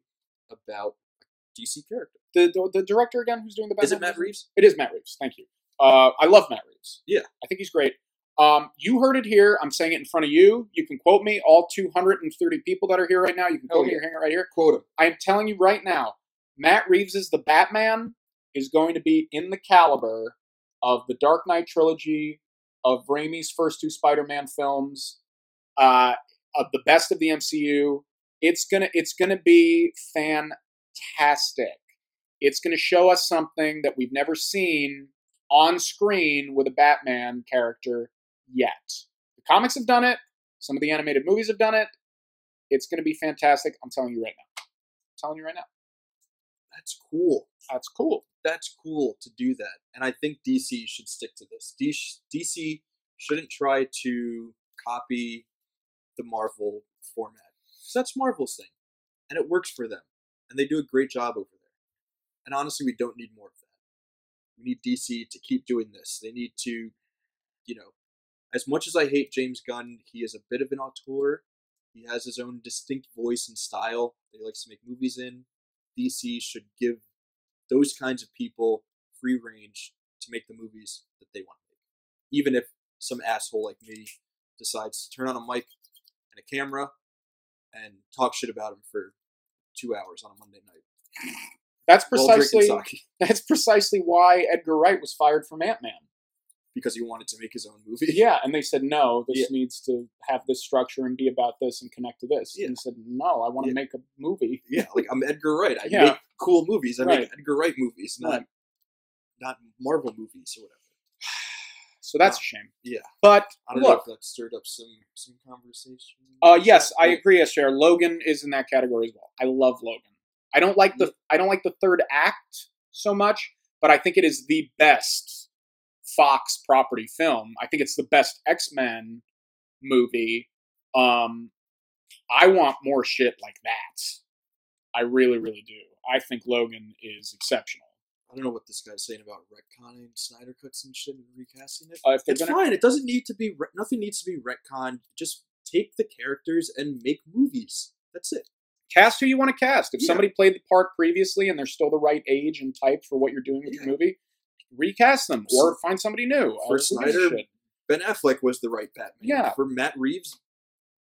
[SPEAKER 1] about a DC character.
[SPEAKER 2] the, the the director again, who's doing the best?
[SPEAKER 1] Is it Matt Reeves?
[SPEAKER 2] It is Matt Reeves. Thank you. Uh, I love Matt Reeves.
[SPEAKER 1] Yeah.
[SPEAKER 2] I think he's great. Um, you heard it here. I'm saying it in front of you. You can quote me. All 230 people that are here right now, you can
[SPEAKER 1] Hell
[SPEAKER 2] quote
[SPEAKER 1] Oh, yeah.
[SPEAKER 2] me. You're hanging right here.
[SPEAKER 1] Quote him.
[SPEAKER 2] I am telling you right now, Matt Reeves is the Batman is going to be in the caliber of the Dark Knight trilogy, of Raimi's first two Spider-Man films, uh, of the best of the MCU. It's gonna it's gonna be fantastic. It's gonna show us something that we've never seen on screen with a Batman character yet. The comics have done it. Some of the animated movies have done it. It's gonna be fantastic. I'm telling you right now telling you right now.
[SPEAKER 1] That's cool.
[SPEAKER 2] That's cool.
[SPEAKER 1] That's cool to do that. And I think DC should stick to this. DC DC shouldn't try to copy the Marvel format. 'Cause that's Marvel's thing. And it works for them. And they do a great job over there. And honestly, we don't need more of that. We need DC to keep doing this. They need to, you know, as much as I hate James Gunn, he is a bit of an auteur. He has his own distinct voice and style that he likes to make movies in. DC should give those kinds of people free range to make the movies that they want to make. Even if some asshole like me decides to turn on a mic and a camera and talk shit about him for two hours on a Monday night.
[SPEAKER 2] That's
[SPEAKER 1] while drinking
[SPEAKER 2] precisely
[SPEAKER 1] sake,
[SPEAKER 2] that's precisely why Edgar Wright was fired from Ant Man.
[SPEAKER 1] because he wanted to make his own movie.
[SPEAKER 2] Yeah, and they said no. This
[SPEAKER 1] Yeah.
[SPEAKER 2] needs to have this structure and be about this and connect to this.
[SPEAKER 1] Yeah.
[SPEAKER 2] And he said no. I want to
[SPEAKER 1] Yeah.
[SPEAKER 2] make a movie.
[SPEAKER 1] Yeah, like I'm Edgar Wright. I
[SPEAKER 2] Yeah.
[SPEAKER 1] make cool movies. I make
[SPEAKER 2] Right.
[SPEAKER 1] Edgar Wright movies, not
[SPEAKER 2] Right.
[SPEAKER 1] not Marvel movies or whatever.
[SPEAKER 2] So that's
[SPEAKER 1] Wow.
[SPEAKER 2] a shame.
[SPEAKER 1] Oh, Yeah.
[SPEAKER 2] But
[SPEAKER 1] I don't
[SPEAKER 2] look,
[SPEAKER 1] know if that stirred up some some conversation.
[SPEAKER 2] uh, yes, I
[SPEAKER 1] Like,
[SPEAKER 2] agree, Esther. Logan is in that category as well. I love Logan. I don't like the I don't like the third act, so much, but I think it is the best Fox property film. I think it's the best X Men movie. Um, I want more shit like that. I really, really do. I think Logan is exceptional.
[SPEAKER 1] I don't know what this guy's saying about retconning Snyder cuts and shit and recasting it.
[SPEAKER 2] Uh, if they're
[SPEAKER 1] It's
[SPEAKER 2] gonna-
[SPEAKER 1] fine. It doesn't need to be. Re- nothing needs to be retconned. Just take the characters and make movies. That's it.
[SPEAKER 2] cast who you want to cast. If
[SPEAKER 1] Yeah.
[SPEAKER 2] somebody played the part previously and they're still the right age and type for what you're doing with your
[SPEAKER 1] Yeah.
[SPEAKER 2] movie, recast them or find somebody new.
[SPEAKER 1] For
[SPEAKER 2] Uh, who gives a
[SPEAKER 1] Snyder,
[SPEAKER 2] shit?
[SPEAKER 1] Ben Affleck was the right Batman.
[SPEAKER 2] Yeah.
[SPEAKER 1] For Matt Reeves,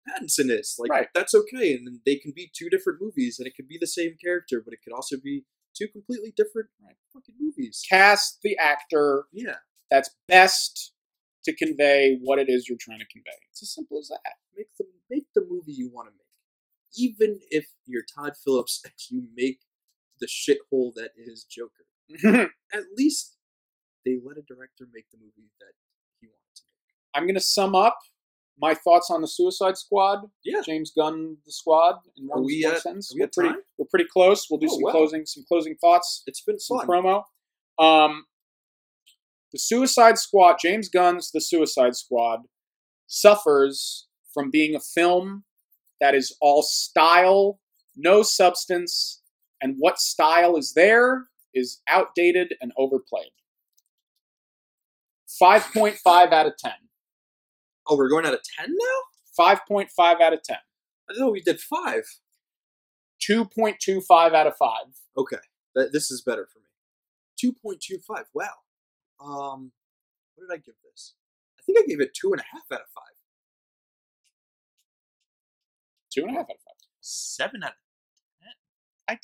[SPEAKER 1] Pattinson is like
[SPEAKER 2] Right.
[SPEAKER 1] that's okay, and then they can be two different movies, and it could be the same character, but it could also be two completely different fucking movies.
[SPEAKER 2] cast the actor
[SPEAKER 1] Yeah.
[SPEAKER 2] that's best to convey what it is you're trying to convey. It's as simple as that.
[SPEAKER 1] make the make the movie you want to make, even if you're Todd Phillips and you make the shithole that is Joker. At least they let a director make the movie that he wanted to make.
[SPEAKER 2] I'm going to sum up my thoughts on the Suicide Squad.
[SPEAKER 1] Yeah.
[SPEAKER 2] James Gunn, the squad. In one,
[SPEAKER 1] Are we
[SPEAKER 2] one
[SPEAKER 1] at-
[SPEAKER 2] sentence.
[SPEAKER 1] are we
[SPEAKER 2] are
[SPEAKER 1] at
[SPEAKER 2] pretty.
[SPEAKER 1] time?
[SPEAKER 2] We're pretty close. We'll do
[SPEAKER 1] Oh,
[SPEAKER 2] some
[SPEAKER 1] wow.
[SPEAKER 2] closing. Some closing thoughts.
[SPEAKER 1] It's been
[SPEAKER 2] Some
[SPEAKER 1] fun.
[SPEAKER 2] promo. Um, the Suicide Squad. James Gunn's The Suicide Squad suffers from being a film that is all style, no substance, and what style is there is outdated and overplayed. 5.5 out of 10.
[SPEAKER 1] oh, we're going out of ten now.
[SPEAKER 2] 5.5 out of 10.
[SPEAKER 1] I thought we did five.
[SPEAKER 2] 2.25 out of 5.
[SPEAKER 1] That this is better for me. Two point two five. Wow. Um, what did I give this? I think I gave it two and a half out of five.
[SPEAKER 2] Two and a half out of 5.
[SPEAKER 1] Seven out of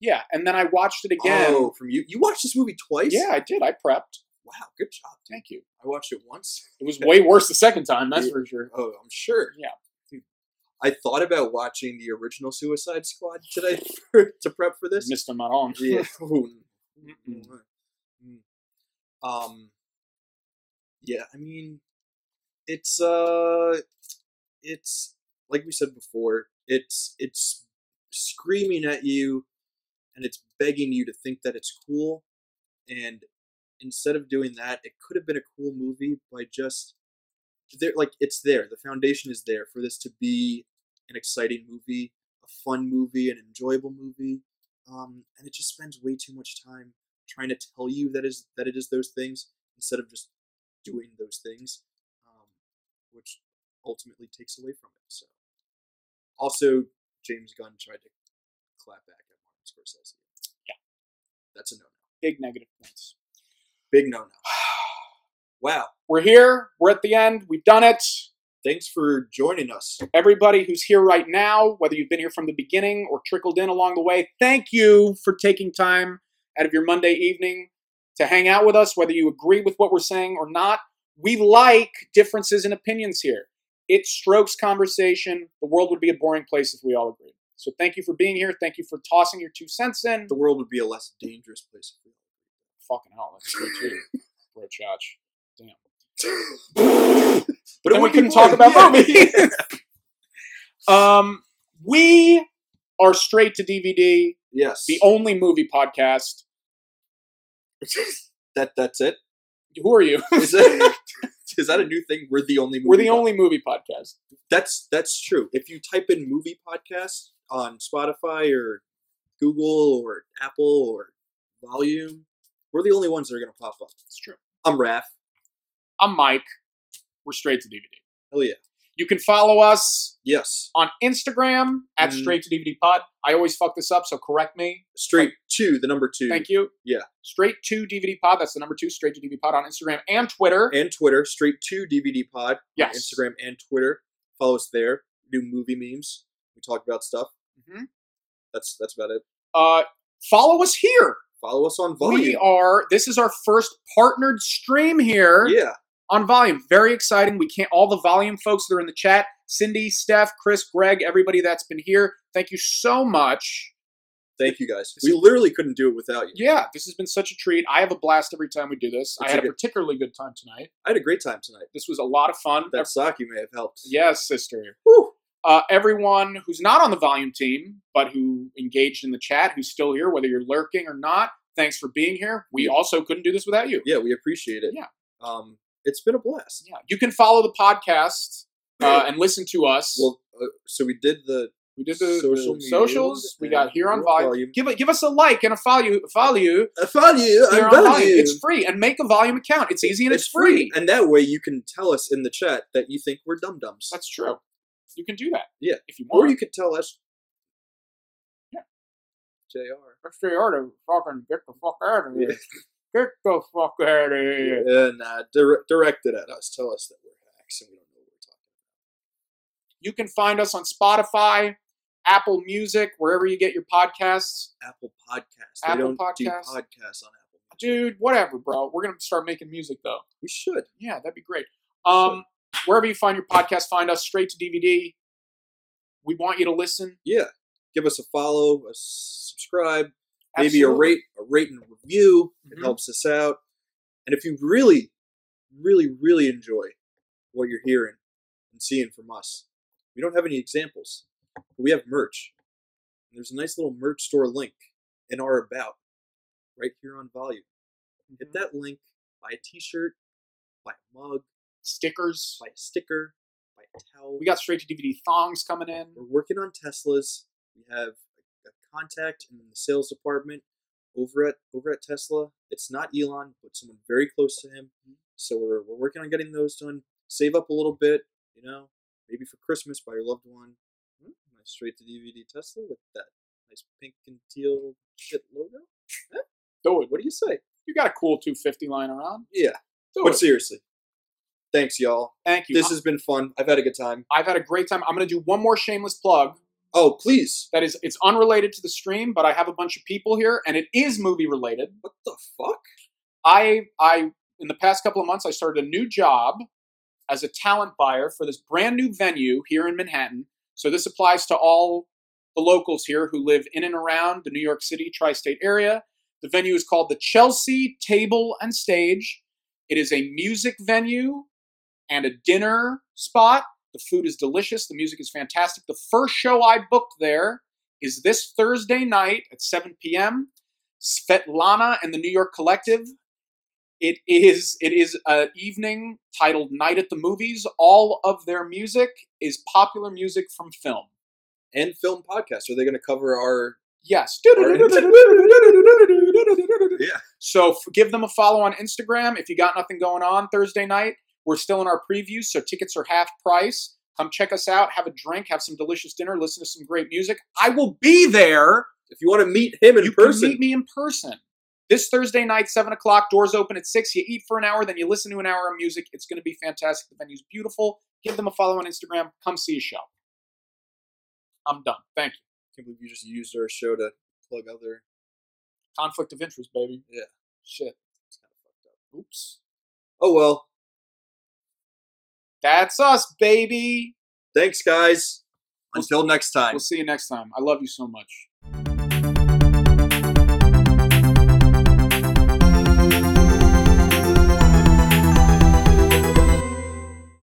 [SPEAKER 2] Yeah, and then I watched it again.
[SPEAKER 1] Oh, from you. You watched this movie twice.
[SPEAKER 2] Yeah, I did. I prepped.
[SPEAKER 1] Wow. Good job.
[SPEAKER 2] Thank you.
[SPEAKER 1] I watched it once.
[SPEAKER 2] It was way worse the second time, that's for sure.
[SPEAKER 1] Oh, I'm sure.
[SPEAKER 2] Yeah.
[SPEAKER 1] Dude, I thought about watching the original Suicide Squad today for, to prep for this.
[SPEAKER 2] Missed him out on.
[SPEAKER 1] yeah. Ooh.
[SPEAKER 2] Mm-mm.
[SPEAKER 1] Mm. um. Yeah, I mean, it's uh, it's like we said before. It's it's screaming at you, and it's begging you to think that it's cool. And instead of doing that, it could have been a cool movie by just there. Like it's there. The foundation is there for this to be an exciting movie, a fun movie, an enjoyable movie um, and it just spends way too much time trying to tell you that is that it is those things instead of just doing those things, um, which ultimately takes away from it. So, also James Gunn tried to clap back at Martin Scorsese.
[SPEAKER 2] Yeah.
[SPEAKER 1] that's a no no,
[SPEAKER 2] Big negative points.
[SPEAKER 1] big no no. Wow,
[SPEAKER 2] We're here. We're at the end. We've done it.
[SPEAKER 1] thanks for joining us.
[SPEAKER 2] Everybody who's here right now, whether you've been here from the beginning or trickled in along the way, thank you for taking time out of your Monday evening to hang out with us, whether you agree with what we're saying or not. We like differences in opinions here. It strokes conversation. The world would be a boring place if we all agreed. So thank you for being here. Thank you for tossing your two cents in.
[SPEAKER 1] The world would be a less dangerous place if we all
[SPEAKER 2] Fucking hell, that's true too. Bro, Chach.
[SPEAKER 1] but
[SPEAKER 2] Then we
[SPEAKER 1] would be
[SPEAKER 2] couldn't talk
[SPEAKER 1] boring,
[SPEAKER 2] about
[SPEAKER 1] yeah.
[SPEAKER 2] movies. Um, we are straight to DVD,
[SPEAKER 1] yes,
[SPEAKER 2] the only movie podcast.
[SPEAKER 1] that that's it.
[SPEAKER 2] Who are you?
[SPEAKER 1] Is that, is that a new thing? We're the only. Movie
[SPEAKER 2] We're the
[SPEAKER 1] podcast.
[SPEAKER 2] only movie podcast.
[SPEAKER 1] That's that's true. If you type in movie podcast on Spotify or Google or Apple or Volume, we're the only ones that are gonna pop up.
[SPEAKER 2] It's true.
[SPEAKER 1] I'm Raph.
[SPEAKER 2] I'm Mike. We're straight to DVD.
[SPEAKER 1] Hell yeah.
[SPEAKER 2] You can follow us
[SPEAKER 1] Yes.
[SPEAKER 2] on Instagram at
[SPEAKER 1] Mhm.
[SPEAKER 2] straight to DVD pod. I always fuck this up, so correct me.
[SPEAKER 1] Straight two, the number two.
[SPEAKER 2] Thank you.
[SPEAKER 1] Yeah.
[SPEAKER 2] Straight to DVD pod. That's the number two, straight to DVD pod on Instagram and Twitter.
[SPEAKER 1] And Twitter, straight to DVD pod. on
[SPEAKER 2] Yes.
[SPEAKER 1] Instagram and Twitter. Follow us there. We do movie memes. We talk about stuff.
[SPEAKER 2] Mhm.
[SPEAKER 1] That's that's about it.
[SPEAKER 2] Uh, follow us here.
[SPEAKER 1] Follow us on
[SPEAKER 2] We
[SPEAKER 1] Volume.
[SPEAKER 2] are. This is our first partnered stream here
[SPEAKER 1] yeah.
[SPEAKER 2] on Volume. Very exciting. We can't. All the Volume folks that are in the chat, Cindy, Steph, Chris, Greg, everybody that's been here. Thank you so much.
[SPEAKER 1] Thank you guys. We literally couldn't do it without you.
[SPEAKER 2] Yeah, this has been such a treat. I have a blast every time we do this. I
[SPEAKER 1] It's a
[SPEAKER 2] had a
[SPEAKER 1] good-
[SPEAKER 2] particularly good time tonight.
[SPEAKER 1] I had a great time tonight.
[SPEAKER 2] This was a lot of fun.
[SPEAKER 1] That sake may have helped.
[SPEAKER 2] Yes, sister.
[SPEAKER 1] Woo.
[SPEAKER 2] Uh, everyone who's not on the volume team, but who engaged in the chat, who's still here, whether you're lurking or not, Thanks for being here. We also couldn't do this without you.
[SPEAKER 1] Yeah, we appreciate it.
[SPEAKER 2] Yeah.
[SPEAKER 1] Um, it's been a blast.
[SPEAKER 2] Yeah. You can follow the podcast uh, and listen to us.
[SPEAKER 1] Well, uh, so we did the
[SPEAKER 2] we did the,
[SPEAKER 1] social
[SPEAKER 2] the
[SPEAKER 1] medias
[SPEAKER 2] socials. We got
[SPEAKER 1] and
[SPEAKER 2] here on
[SPEAKER 1] your
[SPEAKER 2] volume.
[SPEAKER 1] volume.
[SPEAKER 2] Give a, give us a like and a follow follow you.
[SPEAKER 1] I found you.
[SPEAKER 2] here
[SPEAKER 1] I
[SPEAKER 2] on
[SPEAKER 1] found
[SPEAKER 2] volume.
[SPEAKER 1] you.
[SPEAKER 2] It's free and make a volume account. It's easy and it's, free.
[SPEAKER 1] and that way you can tell us in the chat that you think we're dum dums,
[SPEAKER 2] That's true. You can do that.
[SPEAKER 1] Yeah.
[SPEAKER 2] If you
[SPEAKER 1] or
[SPEAKER 2] want.
[SPEAKER 1] you could tell us.
[SPEAKER 2] Yeah.
[SPEAKER 1] Jr.
[SPEAKER 2] That's the art of fucking get the fuck out of here.
[SPEAKER 1] Yeah.
[SPEAKER 2] Get the fuck out of here.
[SPEAKER 1] And uh, dire- directed at us, tell us that we're hacks and we don't know what we're talking.
[SPEAKER 2] You can find us on Spotify, Apple Music, wherever you get your podcasts.
[SPEAKER 1] Apple Podcasts.
[SPEAKER 2] Apple
[SPEAKER 1] they don't do
[SPEAKER 2] Podcasts.
[SPEAKER 1] podcasts on Apple.
[SPEAKER 2] Dude, whatever, bro. We're gonna start making music though.
[SPEAKER 1] We should.
[SPEAKER 2] Yeah, that'd be great. Um, wherever you find your podcast, find us straight to DVD. We want you to listen.
[SPEAKER 1] Yeah. Give us a follow, a subscribe, maybe a
[SPEAKER 2] Absolutely.
[SPEAKER 1] rate, a rate and review. It
[SPEAKER 2] Mhm.
[SPEAKER 1] helps us out. And if you really, really, really enjoy what you're hearing and seeing from us, we don't have any examples, but we have merch. There's a nice little merch store link in our about right here on Volume. Hit that link, buy a T-shirt, buy a mug,
[SPEAKER 2] Stickers.
[SPEAKER 1] buy a sticker, buy a towel.
[SPEAKER 2] We got straight to DVD thongs coming in.
[SPEAKER 1] We're working on Teslas. We have a contact in the sales department over at over at Tesla. It's not Elon, but someone very close to him. So we're we're working on getting those done. Save up a little bit, you know, maybe for Christmas by your loved one. Hmm, Nice straight to DVD Tesla with that nice pink and teal shit logo.
[SPEAKER 2] Do it.
[SPEAKER 1] What do you say?
[SPEAKER 2] You got a cool 250 lying around.
[SPEAKER 1] Yeah.
[SPEAKER 2] Do
[SPEAKER 1] But
[SPEAKER 2] it.
[SPEAKER 1] seriously, thanks y'all.
[SPEAKER 2] Thank you.
[SPEAKER 1] This has been fun. I've had a good time.
[SPEAKER 2] I've had a great time. I'm gonna do one more shameless plug.
[SPEAKER 1] Oh, please.
[SPEAKER 2] that is it's unrelated to the stream but i have a bunch of people here and it is movie related
[SPEAKER 1] What the fuck?
[SPEAKER 2] i i in the past couple of months i started a new job as a talent buyer for this brand new venue here in manhattan so this applies to all the locals here who live in and around the new york city tri-state area the venue is called the chelsea table and stage it is a music venue and a dinner spot the food is delicious. The music is fantastic. The first show I booked there is this Thursday night at 7 p.m. Svetlana and the New York Collective. It is it is an evening titled Night at the Movies. All of their music is popular music from film.
[SPEAKER 1] And film podcast. Are they going to cover our?
[SPEAKER 2] Yes.
[SPEAKER 1] Yeah.
[SPEAKER 2] So f- give them a follow on Instagram if you got nothing going on Thursday night. We're still in our previews, so tickets are half price. Come check us out, have a drink, have some delicious dinner, listen to some great music. I will be there.
[SPEAKER 1] If you want to meet him in
[SPEAKER 2] you
[SPEAKER 1] person,
[SPEAKER 2] can meet me in person. This Thursday night, 7 o'clock, doors open at 6. You eat for an hour, then you listen to an hour of music. It's going to be fantastic. The venue's beautiful. Give them a follow on Instagram. Come see a show. I'm done. Thank you.
[SPEAKER 1] I can't believe you just used our show to plug other.
[SPEAKER 2] Conflict of interest, baby.
[SPEAKER 1] Yeah.
[SPEAKER 2] Shit.
[SPEAKER 1] It's kind of fucked up.
[SPEAKER 2] Oops.
[SPEAKER 1] Oh well.
[SPEAKER 2] That's us, baby.
[SPEAKER 1] Thanks, guys.
[SPEAKER 2] We'll-
[SPEAKER 1] Until next time.
[SPEAKER 2] We'll see you next time. I love you so much.